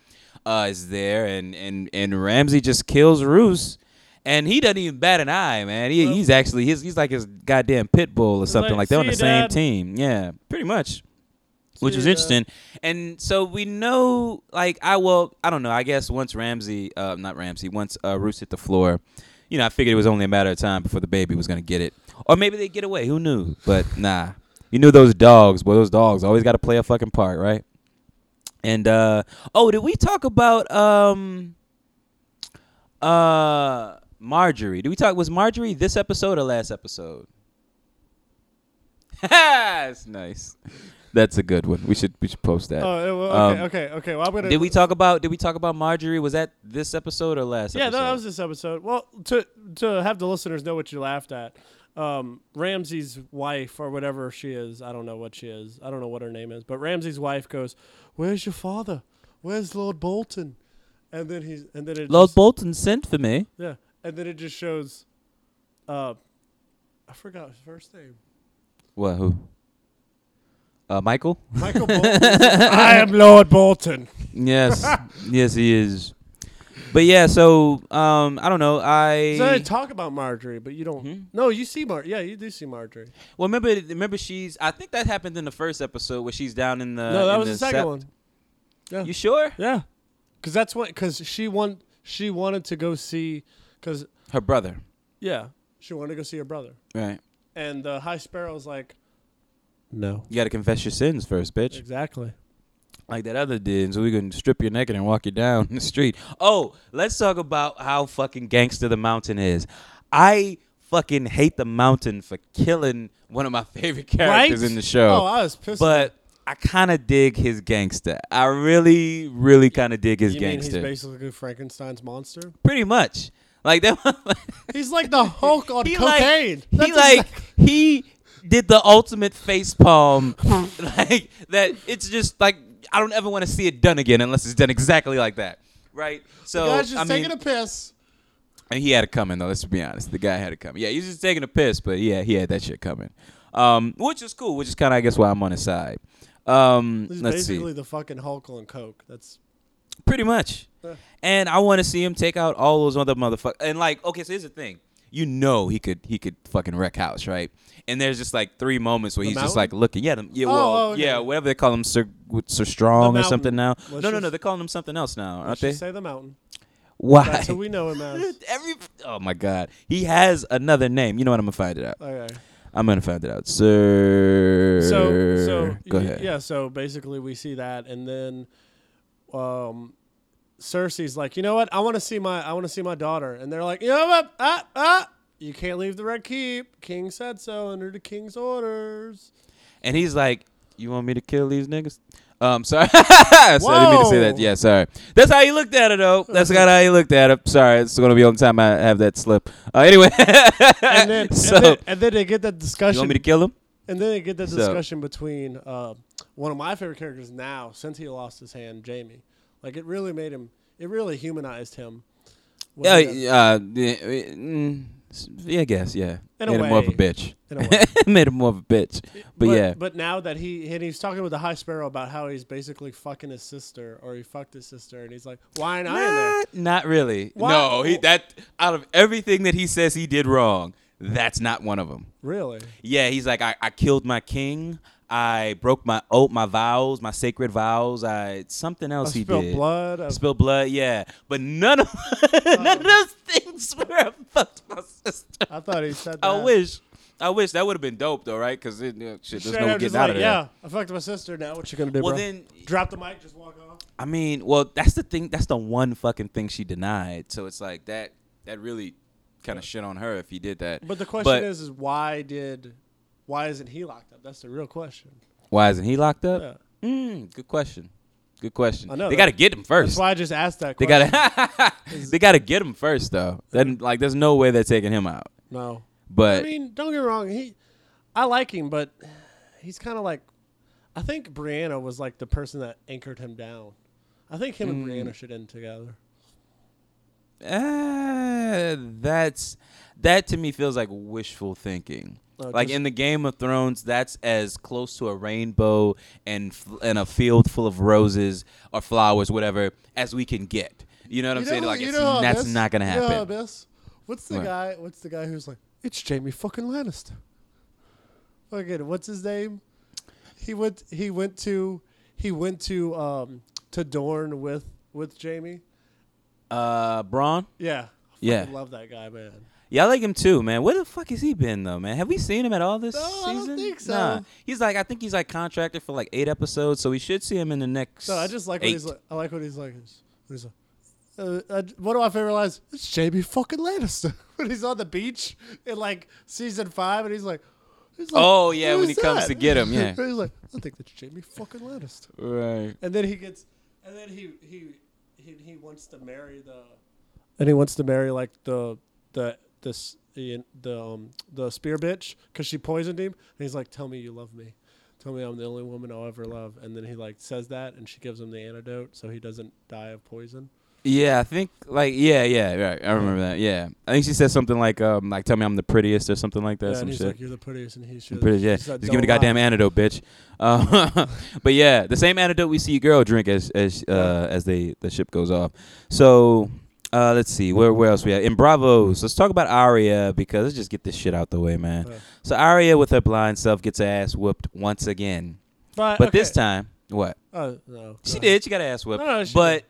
S1: uh, is there, and and and Ramsey just kills Roos, and he doesn't even bat an eye, man. He, he's actually he's he's like his goddamn pit bull or something like,
S2: like,
S1: They're on
S2: "See
S1: the
S2: you,
S1: same
S2: Dad."
S1: team. Yeah, pretty much which was
S2: Yeah.
S1: interesting. And so we know, like, I well, I don't know. I guess once Ramsey, uh, not Ramsey, once uh, Roos hit the floor, you know, I figured it was only a matter of time before the baby was gonna get it, or maybe they get away. Who knew? But nah, you knew those dogs, boy. Those dogs always got to play a fucking part, right? And uh, oh, did we talk about um, uh, Marjorie? Did we talk? Was Marjorie this episode or last episode? That's nice. That's a good one. We should we should post that.
S2: Oh, it- well, okay,
S1: Um,
S2: okay, okay. Well, I'm gonna.
S1: Did we talk about did we talk about Marjorie? Was that this episode or last
S2: Yeah,
S1: episode?
S2: no, that was this episode. Well, to to have the listeners know what you laughed at, um, Ramsey's wife or whatever she is, I don't know what she is, I don't know what her name is, but Ramsey's wife goes, "Where's your father? Where's Lord Bolton?" And then he's and then it
S1: Lord
S2: just-
S1: Bolton sent for me.
S2: yeah, and then it just shows, uh, I forgot his first name,
S1: What who? Uh Michael?
S2: Michael Bolton. I am Lord Bolton.
S1: yes. yes he is. But yeah, so um I don't know. I
S2: So they talk about Marjorie, but you don't.
S1: Hmm?
S2: No, you see Mar. Yeah, you do see Marjorie.
S1: Well remember remember she's I think that happened in the first episode where she's down in the
S2: no, that
S1: Uh, in
S2: was the, second
S1: sept-
S2: one. Yeah.
S1: You sure?
S2: Yeah, because that's what because she want she wanted to go see because
S1: Her brother.
S2: yeah she wanted to go see her brother
S1: Right.
S2: and the High Sparrow's like no
S1: You gotta confess your sins first, bitch.
S2: exactly
S1: like that other did, so we can strip your naked and walk you down the street. Oh, let's talk about how fucking gangster the mountain is. I fucking hate the mountain for killing one of my favorite characters in the show.
S2: Oh, I was pissed.
S1: but I kind of dig his gangster. I really, really kind of dig his
S2: you mean
S1: gangster.
S2: he's basically Frankenstein's monster?
S1: Pretty much. Like that.
S2: He's like the Hulk on cocaine.
S1: Like,
S2: That's
S1: he like
S2: exact-
S1: he did the ultimate face palm. like that it's just like I don't ever want to see it done again unless it's done exactly like that. Right? So
S2: guy's just
S1: oh, I mean,
S2: taking a piss.
S1: and he had it coming though. Let's be honest, the guy had it coming. Yeah, he was just taking a piss, but yeah, he had that shit coming, um, which is cool. Which is kind of, I guess, why I'm on his side. Um,
S2: He's
S1: let's
S2: basically
S1: see,
S2: the fucking Hulk on coke. That's
S1: pretty much. And I want to see him take out all those other motherfuckers. And like, okay, so here's the thing. You know he could he could fucking wreck house, right? And there's just like three moments where he's just like
S2: mountain?
S1: looking, yeah, the, yeah,
S2: Oh,
S1: well,
S2: oh, okay.
S1: yeah, whatever they call him, Sir with Sir Strong or
S2: mountain.
S1: something now.
S2: Let's
S1: no, no,
S2: just-
S1: no, they're calling him something else now, aren't
S2: let's
S1: they?
S2: just say the mountain.
S1: Why?
S2: That's who we know him as.
S1: Every oh my god, he has another name. You know what? I'm gonna find it out.
S2: Okay.
S1: I'm gonna find it out, sir.
S2: so so
S1: Uh, go
S2: y-
S1: ahead.
S2: yeah so basically we see that and then um cersei's like you know what i want to see my i want to see my daughter and they're like you know what ah, ah, you can't leave the red keep king said so under the king's orders
S1: And he's like, "You want me to kill these niggas?" Um, sorry. sorry, I didn't mean to say that.
S2: Whoa.
S1: Yeah, sorry. That's how he looked at it, though. That's kind of how he looked at it. Sorry, it's gonna be on time. I have that slip. Uh, anyway,
S2: and then,
S1: so
S2: and then and then they get that
S1: you
S2: discussion
S1: want me to kill him?
S2: and then they get that
S1: So-
S2: discussion between uh, one of my favorite characters now since he lost his hand jamie like it really made him it really humanized him when
S1: Yeah,
S2: he got-
S1: uh, yeah, mm, yeah, I guess. Yeah,
S2: In a
S1: made him more of a
S2: way.
S1: bitch.
S2: In a way.
S1: made him more of a bitch. But, yeah,
S2: But now that he and he's talking with the High Sparrow about how he's basically fucking his sister or he fucked his sister, and he's like, "Why ain't I in there?"
S1: Not, not really.
S2: Why-
S1: No, he that out of everything that he says he did wrong, that's not one of them.
S2: Really?
S1: Yeah, he's like, I, I killed my king. I broke my oath, my vows, my sacred vows. I something else he
S2: spilled
S1: did.
S2: blood, I-
S1: Spilled blood. Yeah, but none of none of those things were I fucked my sister.
S2: I thought he said that.
S1: I wish. I wish that would have been dope though, right? Because shit, there's
S2: Straight
S1: no
S2: up just
S1: getting out
S2: like,
S1: of there.
S2: Yeah, I fucked my sister. Now what you gonna do,
S1: Well,
S2: bro?
S1: then-
S2: drop the mic, just walk off.
S1: I mean, well, that's the thing. That's the one fucking thing she denied. So it's like that. That really kind of shit on her if he did that.
S2: But the question is, is why did, why isn't he locked up? That's the real question.
S1: why isn't he locked up? Mm, good question. Good question.
S2: I know,
S1: they
S2: that-
S1: got to get him first.
S2: That's why I just asked that.
S1: They
S2: question.
S1: gotta they gotta get him first though. Then like there's no way they're taking him out.
S2: No.
S1: But
S2: I mean, don't get me wrong. He, I like him, but he's kind of like, I think Brianna was like the person that anchored him down. I think him
S1: Hmm.
S2: and Brianna should end together.
S1: uh, that's that to me feels like wishful thinking.
S2: Oh,
S1: like
S2: just-
S1: in the Game of Thrones, that's as close to a rainbow and f- and a field full of roses or flowers, whatever, as we can get. You know what I'm saying? Like it's,
S2: how
S1: that's
S2: Abyss-
S1: not gonna
S2: you know how
S1: happen.
S2: Abyss- what's the
S1: What?
S2: guy? What's the guy who's like? It's Jamie fucking Lannister. Fucking what's his name? He went. He went to. He went to um to Dorne with with Jamie.
S1: uh, Braun.
S2: Yeah.
S1: Yeah.
S2: Fucking love that guy, man.
S1: Yeah, I like him too, man. Where the fuck has he been though, man? Have we seen him at all this
S2: No, I don't
S1: season?
S2: think so.
S1: Nah. He's like I think he's like contracted for like eight episodes, so we should see him in the next
S2: No, I just like what
S1: eight.
S2: he's like. I like what he's like. He's- what he's like, uh, uh, one of my favorite lines. It's Jamie fucking Lannister when he's on the beach in like season five, and he's like, he's like
S1: Oh, yeah, when
S2: "Who's
S1: he comes
S2: that?"
S1: to get him, yeah.
S2: he's like, I think that's Jamie fucking Lannister.
S1: Right.
S2: And then he gets, and then he he he, he wants to marry the, and he wants to marry like the the this the the um the spear bitch because she poisoned him, and he's like, tell me you love me, tell me I'm the only woman I'll ever love, and then he like says that, and she gives him the antidote so he doesn't die of poison.
S1: Yeah, I think like yeah, yeah, right. I remember that. Yeah, I think she said something like um like tell me I'm the prettiest or something like that.
S2: Yeah, and
S1: some
S2: he's
S1: shit.
S2: like, you're the prettiest, and he's
S1: I'm pretty, yeah. Just give me the goddamn antidote, bitch. Uh, but yeah, the same antidote we see a girl drink as as uh, as they the ship goes off. So uh, let's see where where else we at in Bravos. Let's talk about Aria because let's just get this shit out the way, man.
S2: Yeah.
S1: So Aria with her blind self gets her ass whooped once again, but this time what?
S2: oh no,
S1: She
S2: go Uh, ahead.
S1: did. She got her ass whipped.
S2: No, no, she
S1: but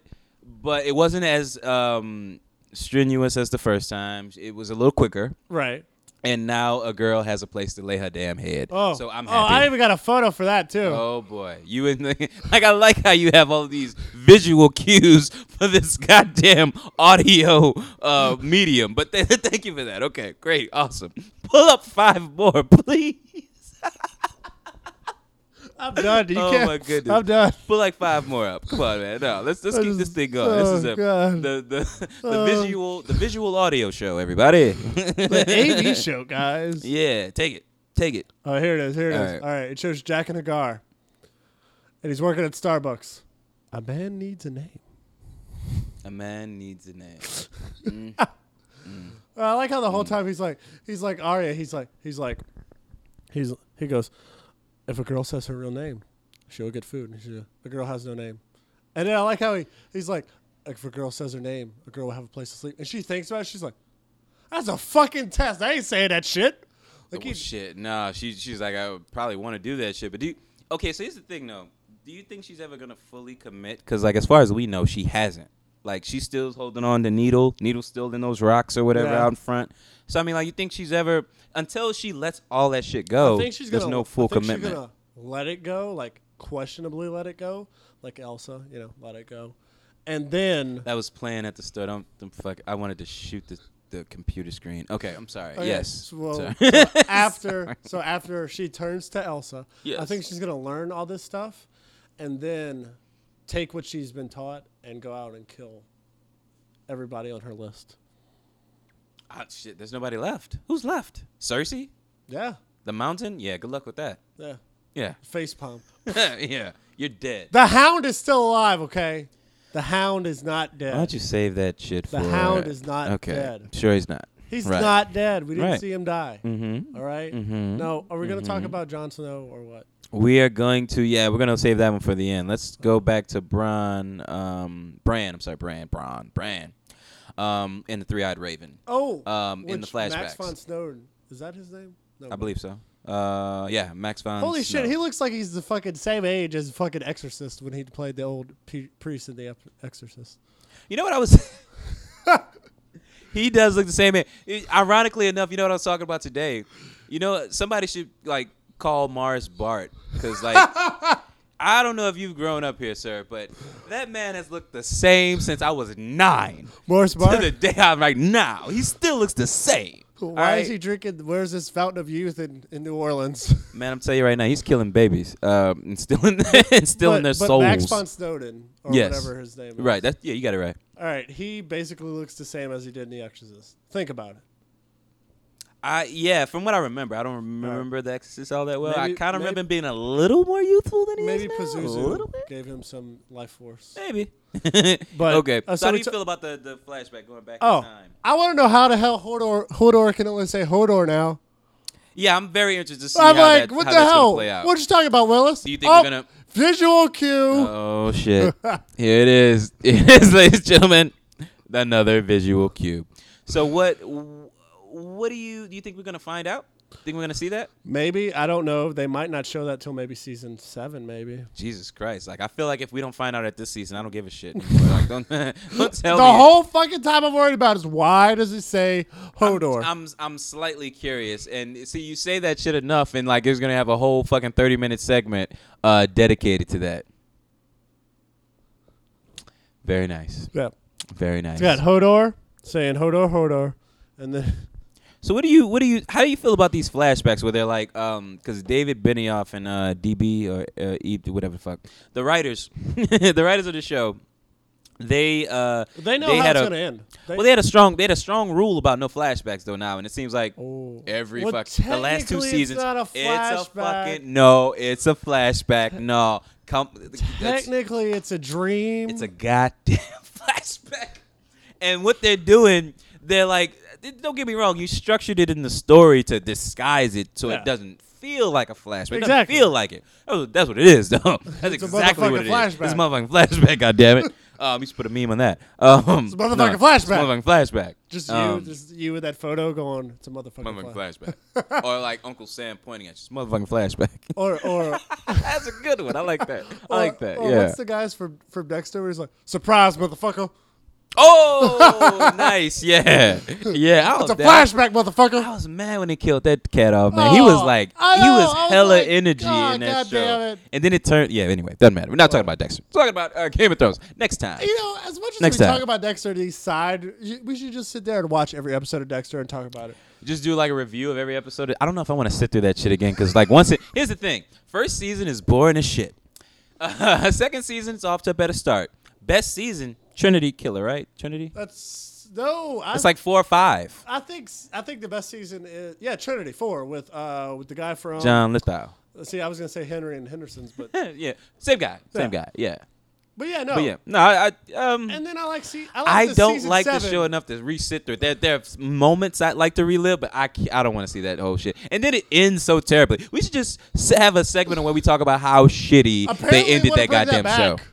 S1: but it wasn't as um, strenuous as the first time. It was a little quicker.
S2: right.
S1: And now a girl has a place to lay her damn head.
S2: Oh,
S1: so I'm
S2: oh,
S1: happy.
S2: I even got a photo for that too.
S1: Oh boy, you and the, like I like how you have all these visual cues for this goddamn audio uh, medium. But th- thank you for that. Okay, great, awesome. Pull up five more, please.
S2: I'm done. You
S1: Oh,
S2: can't,
S1: my goodness.
S2: I'm done.
S1: Pull like five more up. Come on, man. No, let's let's keep this thing going. this is
S2: Oh,
S1: a,
S2: God.
S1: the the, the
S2: Oh.
S1: visual the visual audio show. Everybody,
S2: the AV show, guys.
S1: yeah, take it, take it.
S2: Oh, here it is. Here it is.
S1: All
S2: All
S1: right.
S2: right. It shows Jack and Hagar, and he's working at Starbucks. A man needs a name.
S1: A man needs a name.
S2: Uh, I like how the whole
S1: Hmm.
S2: time he's like, he's like Arya. He's like, he's like, he's he goes. If a girl says her real name, she'll get food. And she, a girl has no name. And then I like how he, he's like, if a girl says her name, a girl will have a place to sleep. And she thinks about it. She's like, that's a fucking test. I ain't saying that shit.
S1: Well,
S2: Like he,
S1: shit, nah. She she's like, I would probably want to do that shit, but do you, okay. So here's the thing, though. Do you think she's ever gonna fully commit? Because like, as far as we know, she hasn't. Like, she's still holding on to needle. Needle's still in those rocks or whatever
S2: Yeah.
S1: out in front. So I mean, like, you think she's ever until she lets all that shit go?
S2: I think she's
S1: Oh, there's
S2: gonna,
S1: no full
S2: I think she's
S1: commitment.
S2: gonna let it go, like questionably let it go, like Elsa, you know, let it go, and then
S1: That was playing at the store. Don't, don't fuck. I wanted to shoot the the computer screen. Okay, I'm sorry.
S2: okay,
S1: yes.
S2: Oh, well,
S1: Sorry.
S2: so after so after she turns to Elsa, I
S1: Yes.
S2: think she's gonna learn all this stuff, and then take what she's been taught and go out and kill everybody on her list.
S1: Ah, shit. There's nobody left. Who's left? Cersei,
S2: Yeah,
S1: the mountain. Yeah. Good luck with that.
S2: yeah,
S1: Yeah.
S2: face palm.
S1: yeah, you're dead.
S2: The Hound is still alive. Okay, the Hound is not dead.
S1: Why don't you save that shit for
S2: The hound is not
S1: okay.
S2: dead.
S1: Sure, he's not.
S2: He's
S1: Right.
S2: not dead. We didn't
S1: Right.
S2: see him die. Mm-hmm. right. Mm-hmm. Now, are we going to talk about Jon Snow or what?
S1: We are going to yeah, we're gonna save that one for the end. Let's go back to Bron, um, Bran. I'm sorry, Bran, Bron, Bran, um, and the three-eyed raven.
S2: Oh,
S1: Um, in the
S2: which Max
S1: flashbacks.
S2: von Snowden is that his name? No,
S1: I believe so. Uh, yeah, Max von.
S2: Holy shit,
S1: Sydow.
S2: he looks like he's the fucking same age as fucking Exorcist when he played the old pe- priest in the Ep- Exorcist.
S1: You know what I was? he does look the same. man. It- Ironically enough, you know what I was talking about today. You know, somebody should like call Mars Bart because like. I don't know if you've grown up here, sir, but that man has looked the same since I was nine
S2: Morris Bart.
S1: to the day I'm like now. He still looks the same.
S2: Why
S1: All right?
S2: is he drinking? Where's this fountain of youth in, in New Orleans?
S1: Man, I'm telling you right now, he's killing babies. Um, and still in, and still in
S2: but,
S1: their
S2: but
S1: souls.
S2: Max von Snowden, or
S1: Yes.
S2: whatever his name is.
S1: right. That's yeah. You got it right.
S2: All right. He basically looks the same as he did in The Exorcist. Think about it.
S1: I yeah. From what I remember, I don't remember the Exorcist all that well. I
S2: Maybe-
S1: kind of remember
S2: maybe-
S1: him being a little more youthful than he
S2: Maybe
S1: is now. A little
S2: Pazuzu
S1: bit.
S2: gave him some life force.
S1: Maybe.
S2: But-
S1: okay.
S2: uh,
S1: so,
S2: so
S1: how do
S2: we
S1: you
S2: ta-
S1: feel about the, the flashback going back in
S2: Oh,
S1: time?
S2: I want to know how the hell Hodor Hodor can only say Hodor now.
S1: Yeah, I'm very interested to see
S2: I'm
S1: how
S2: like,
S1: that,
S2: what
S1: how
S2: the
S1: that's gonna
S2: hell?
S1: play out.
S2: What you talking about, Willis? Oh,
S1: Do you think we're gonna- Uh,
S2: visual cue?
S1: Oh shit! Here it is. It is, ladies and gentlemen, another visual cue. So what? What do you do? You think we're gonna find out? Think we're gonna see that?
S2: Maybe I don't know. They might not show that till maybe season seven. Maybe
S1: Jesus Christ! Like I feel like if we don't find out at this season, I don't give a shit. Anymore. Like don't, don't tell
S2: the
S1: me.
S2: whole fucking time I'm worried about is why does it say Hodor?
S1: I'm I'm slightly curious, and see you say that shit enough, and like it's gonna have a whole fucking thirty minute segment uh, dedicated to that. Very nice.
S2: yeah,
S1: Very nice.
S2: it's got Hodor saying Hodor Hodor, and then
S1: So what do you what do you how do you feel about these flashbacks where they're like um because David Benioff and uh, DB or uh, e, whatever the fuck the writers the writers of the show they uh
S2: they know how
S1: had
S2: it's
S1: a,
S2: gonna end. They-
S1: well they had a strong they had a strong rule about no flashbacks though now and it seems like
S2: Oh.
S1: every
S2: Well,
S1: fuck the last two
S2: technically it's
S1: seasons
S2: not a
S1: it's a
S2: flashback.
S1: fucking no it's a flashback no come that's-
S2: technically it's a dream.
S1: it's a goddamn flashback. And what they're doing, they're like, don't get me wrong, you structured it in the story to disguise it so
S2: Yeah.
S1: it doesn't feel like a flashback. It doesn't
S2: Exactly.
S1: feel like it. That was- That's what it is, though. That's
S2: a
S1: exactly what it
S2: motherfucking
S1: is. It's a
S2: flashback.
S1: motherfucking flashback, goddammit. Um, you should put a meme on that. Um,
S2: a motherfucking
S1: no, it's a
S2: flashback.
S1: motherfucking flashback.
S2: just
S1: Um,
S2: you, just you with that photo going. It's a motherfucking,
S1: Motherfucking
S2: flash.
S1: flashback. or like Uncle Sam pointing at you. It's a motherfucking flashback.
S2: Or or
S1: That's a good one. I like that. I like that.
S2: Or
S1: yeah.
S2: what's the guys from from Dexter? Where he's like, surprise, motherfucker!
S1: Oh, nice. Yeah. Yeah. I
S2: It's
S1: was
S2: a
S1: down.
S2: flashback,
S1: I
S2: motherfucker!
S1: was mad when they killed that cat off, man. he was
S2: Oh,
S1: like,
S2: I
S1: he
S2: know,
S1: was
S2: I was
S1: hella
S2: like,
S1: energy
S2: "God,
S1: in that
S2: God
S1: show.
S2: damn it."
S1: And then it turned, yeah. Anyway, doesn't matter. We're not talking about Dexter. We're talking about uh, Game of Thrones next time.
S2: You know, as much as
S1: Next
S2: we
S1: time.
S2: talk about Dexter and East Side, you- we should just sit there and watch every episode of Dexter and talk about it.
S1: Just do like a review of every episode. I don't know if I want to sit through that shit again because like once it. Here's the thing: first season is boring as shit. Uh, second season is off to a better start. Best season, Trinity Killer, right? Trinity.
S2: That's no. I,
S1: It's like four or five.
S2: I think I think the best season is yeah Trinity Four with uh with the guy from uh,
S1: John Lithgow.
S2: See, I was gonna say Henry and Henderson's, but
S1: yeah, same guy, same guy. Yeah,
S2: but yeah no.
S1: but yeah, no, I, I um.
S2: And then I like see I, like
S1: I
S2: the
S1: don't
S2: season
S1: like
S2: seven.
S1: the show enough to resit through it. There, there are moments I like to relive, but I, ca- I don't want to see that whole shit. And then it ends so terribly. We should just s- have a segment where we talk about how shitty
S2: Apparently
S1: they ended that
S2: wanna bring
S1: goddamn show.
S2: back.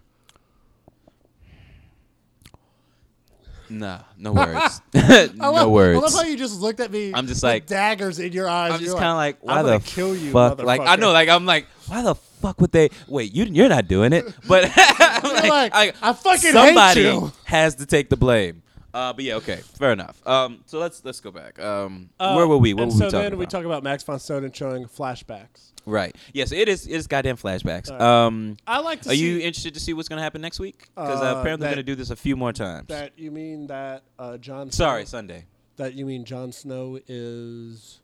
S1: Nah, no worries.
S2: I
S1: no
S2: love, I love
S1: words.
S2: how you just looked at me.
S1: I'm just
S2: with
S1: like-
S2: daggers in your eyes.
S1: I'm just
S2: You're
S1: kind of like, why
S2: I'm
S1: the
S2: gonna kill you,
S1: fuck? Like, I know,
S2: motherfucker.
S1: like, I'm like, why the fuck would they? Wait, you you're not doing it, but I'm
S2: like, "I fucking hate
S1: somebody
S2: you."
S1: has to take the blame. Uh, but yeah, okay, fair enough. Um, so let's let's go back. Um, where were we? What
S2: Uh, and
S1: were we
S2: so
S1: talking
S2: then
S1: about?
S2: we talk about Max von Snowden showing flashbacks.
S1: Right. Yes, it is. It's goddamn flashbacks. Um,
S2: I like to
S1: are you
S2: see
S1: interested to see what's gonna happen next week? Because
S2: Uh,
S1: uh, apparently we're
S2: that-
S1: gonna do this a few more times.
S2: that you mean that uh, John.
S1: Sorry,
S2: Snow,
S1: Sunday.
S2: that you mean John Snow is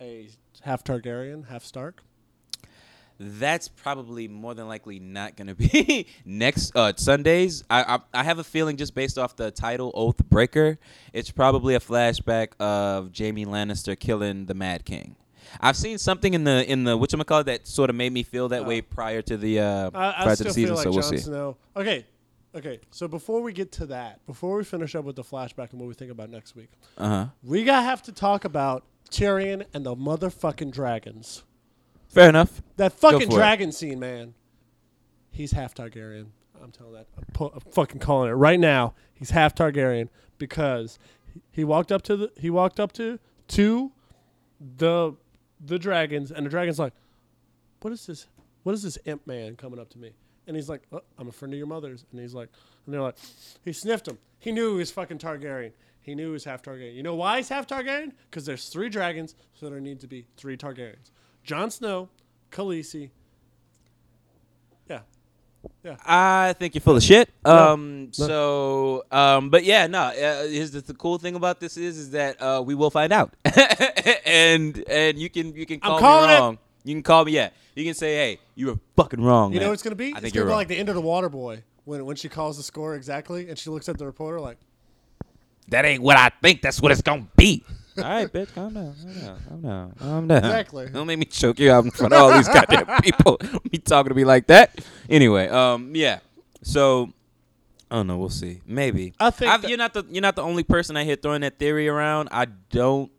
S2: a half Targaryen, half Stark.
S1: That's probably more than likely not gonna be next uh, Sundays. I, I I have a feeling just based off the title Oathbreaker, it's probably a flashback of Jamie Lannister killing the Mad King. I've seen something in the in the whatchamacallit that sort of made me feel that way prior to the uh,
S2: Oh.
S1: prior
S2: I, I
S1: to
S2: still
S1: the season,
S2: feel like
S1: so
S2: John
S1: we'll see.
S2: Snow. Okay, okay. So before we get to that, before we finish up with the flashback and what we think about next week,
S1: Uh-huh.
S2: we gotta have to talk about Tyrion and the motherfucking dragons.
S1: Fair enough.
S2: That
S1: for
S2: fucking
S1: it.
S2: dragon scene, man. He's half Targaryen. I'm telling that. I'm, pu- I'm fucking calling it right now. He's half Targaryen because he- he walked up to the he walked up to to the the dragons, and the dragon's like, "What is this? What is this imp man coming up to me?" And he's like, oh, "I'm a friend of your mother's." And he's like, and they're like, he sniffed him. He knew he was fucking Targaryen. He knew he was half Targaryen. You know why he's half Targaryen? Because there's three dragons, so there need to be three Targaryens. Jon Snow, Khaleesi. Yeah,
S1: I think you're full of shit. Um, so, um, but yeah, no. Uh, is the, the cool thing about this is is that uh, we will find out, and and you can you can call
S2: calling
S1: me
S2: it.
S1: wrong. You can call me. Yeah, you can say, hey, you were fucking wrong.
S2: You know
S1: man.
S2: what it's gonna be?
S1: I
S2: it's
S1: think
S2: gonna
S1: you're
S2: be
S1: wrong.
S2: like the end of the Water Boy when when she calls the score exactly and she looks at the reporter like,
S1: that ain't what I think. That's what it's gonna be. All right, bitch, calm down, calm down, calm down, calm down.
S2: Exactly.
S1: Don't make me choke you out in front of all these goddamn people. me talking to me like that. Anyway, um, yeah. So, I don't know. We'll see. Maybe.
S2: I think
S1: I've-
S2: that-
S1: you're not the you're not the only person I hear throwing that theory around. I don't.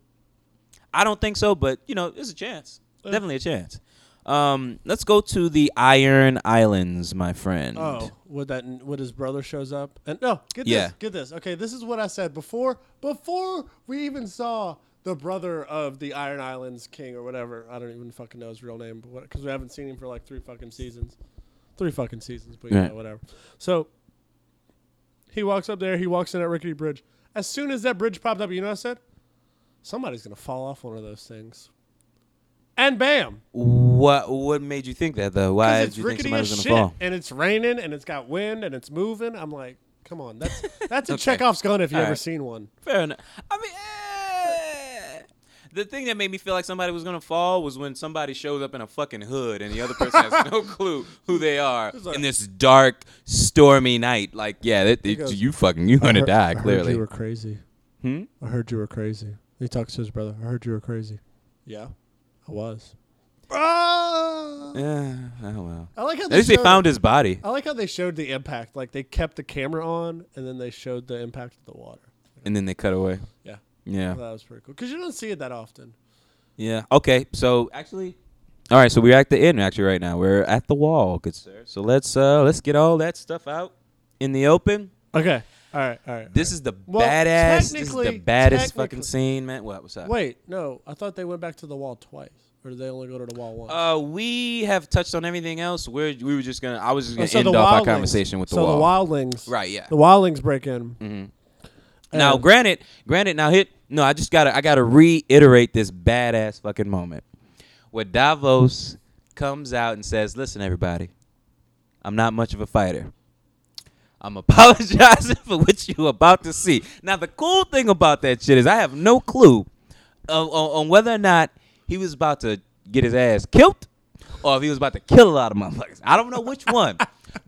S1: I don't think so, but you know, it's a chance.
S2: Uh.
S1: Definitely a chance. Um, let's go to the Iron Islands, my friend.
S2: "Oh, would that would his brother shows up?" And no, get this,
S1: Yeah.
S2: get this. Okay, this is what I said before before we even saw the brother of the Iron Islands King or whatever. I don't even fucking know his real name, but because we haven't seen him for like three fucking seasons, three fucking seasons. But yeah,
S1: Right.
S2: whatever. So he walks up there. He walks in at Rickety Bridge. As soon as that bridge popped up, you know what I said? Somebody's gonna fall off one of those things. And bam,
S1: What what made you think that though? Why
S2: Because
S1: did
S2: it's
S1: you think
S2: rickety
S1: somebody
S2: as
S1: was
S2: shit,
S1: gonna fall?
S2: and it's raining, and it's got wind, and it's moving. I'm like, come on, that's that's a Chekhov's gun if you
S1: All
S2: have ever
S1: right.
S2: seen one.
S1: Fair enough. I mean, eh. the thing that made me feel like somebody was gonna fall was when somebody shows up in a fucking hood and the other person has no clue who they are
S2: like-
S1: in this dark, stormy night. Like, yeah, that, that-
S2: goes,
S1: you fucking you gonna die clearly.
S2: you were crazy.
S1: Hmm?
S2: I heard you were crazy. He talks to his brother. I heard you were crazy. Yeah, I was.
S1: Yeah, oh well.
S2: I like how
S1: At least they
S2: showed,
S1: found his body,
S2: I like how they showed the impact. Like they kept the camera on, and then they showed the impact of the water.
S1: and then they cut away.
S2: Yeah,
S1: Yeah,
S2: that was pretty cool because you don't see it that often.
S1: yeah. Okay, so actually, all right. So we're at the end actually right now. We're at the wall, good sir. So let's uh let's get all that stuff out in the open.
S2: Okay. All right. All right.
S1: This is the
S2: Well,
S1: badass. This is
S2: technically-
S1: the baddest
S2: technically-
S1: fucking scene, man. What? What's up?
S2: Wait, no. I thought they went back to the wall twice, or did they only go to the wall once?
S1: Uh, we have touched on everything else. We're we were just gonna. I was just
S2: Oh,
S1: gonna
S2: so
S1: end
S2: the
S1: off our
S2: wildlings-
S1: conversation with the
S2: so
S1: wall.
S2: the wildlings,
S1: Right, yeah. Mm-hmm.
S2: The wildlings break in.
S1: now,
S2: and-
S1: granted, granted. Now, hit. No, I just gotta. I gotta reiterate this badass fucking moment where Davos comes out and says, "Listen, everybody, I'm not much of a fighter." I'm apologizing for what you about to see. Now, the cool thing about that shit is I have no clue on, on, on whether or not he was about to get his ass killed or if he was about to kill a lot of motherfuckers. I don't know which one,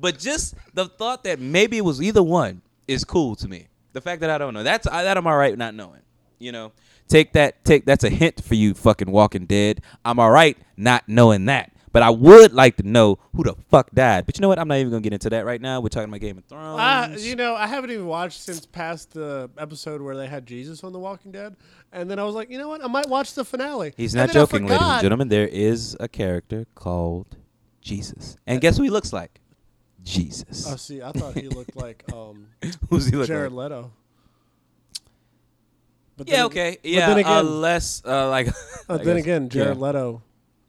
S1: but just the thought that maybe it was either one is cool to me. The fact that I don't know that's I, that I'm all right not knowing. You know, take that take that's a hint for you fucking Walking Dead. I'm all right not knowing that. But I would like to know who the fuck died. But you know what? I'm not even gonna get into that right now. We're talking about Game of Thrones.
S2: I, Uh, you know, I haven't even watched since past the episode where they had Jesus on The Walking Dead, and then I was like, you know what? I might watch the finale.
S1: He's
S2: And
S1: not
S2: then I
S1: joking, ladies and
S2: forgot.
S1: gentlemen. There is a character called Jesus. And guess who he looks like? Jesus.
S2: Oh, see, I thought he looked like um,
S1: Who's he look
S2: Jared
S1: like?
S2: Leto. But
S1: Yeah,
S2: then-
S1: okay.
S2: but
S1: Yeah,
S2: then again,
S1: unless, uh, like.
S2: uh,
S1: I
S2: then
S1: guess-
S2: again, Jared
S1: yeah.
S2: Leto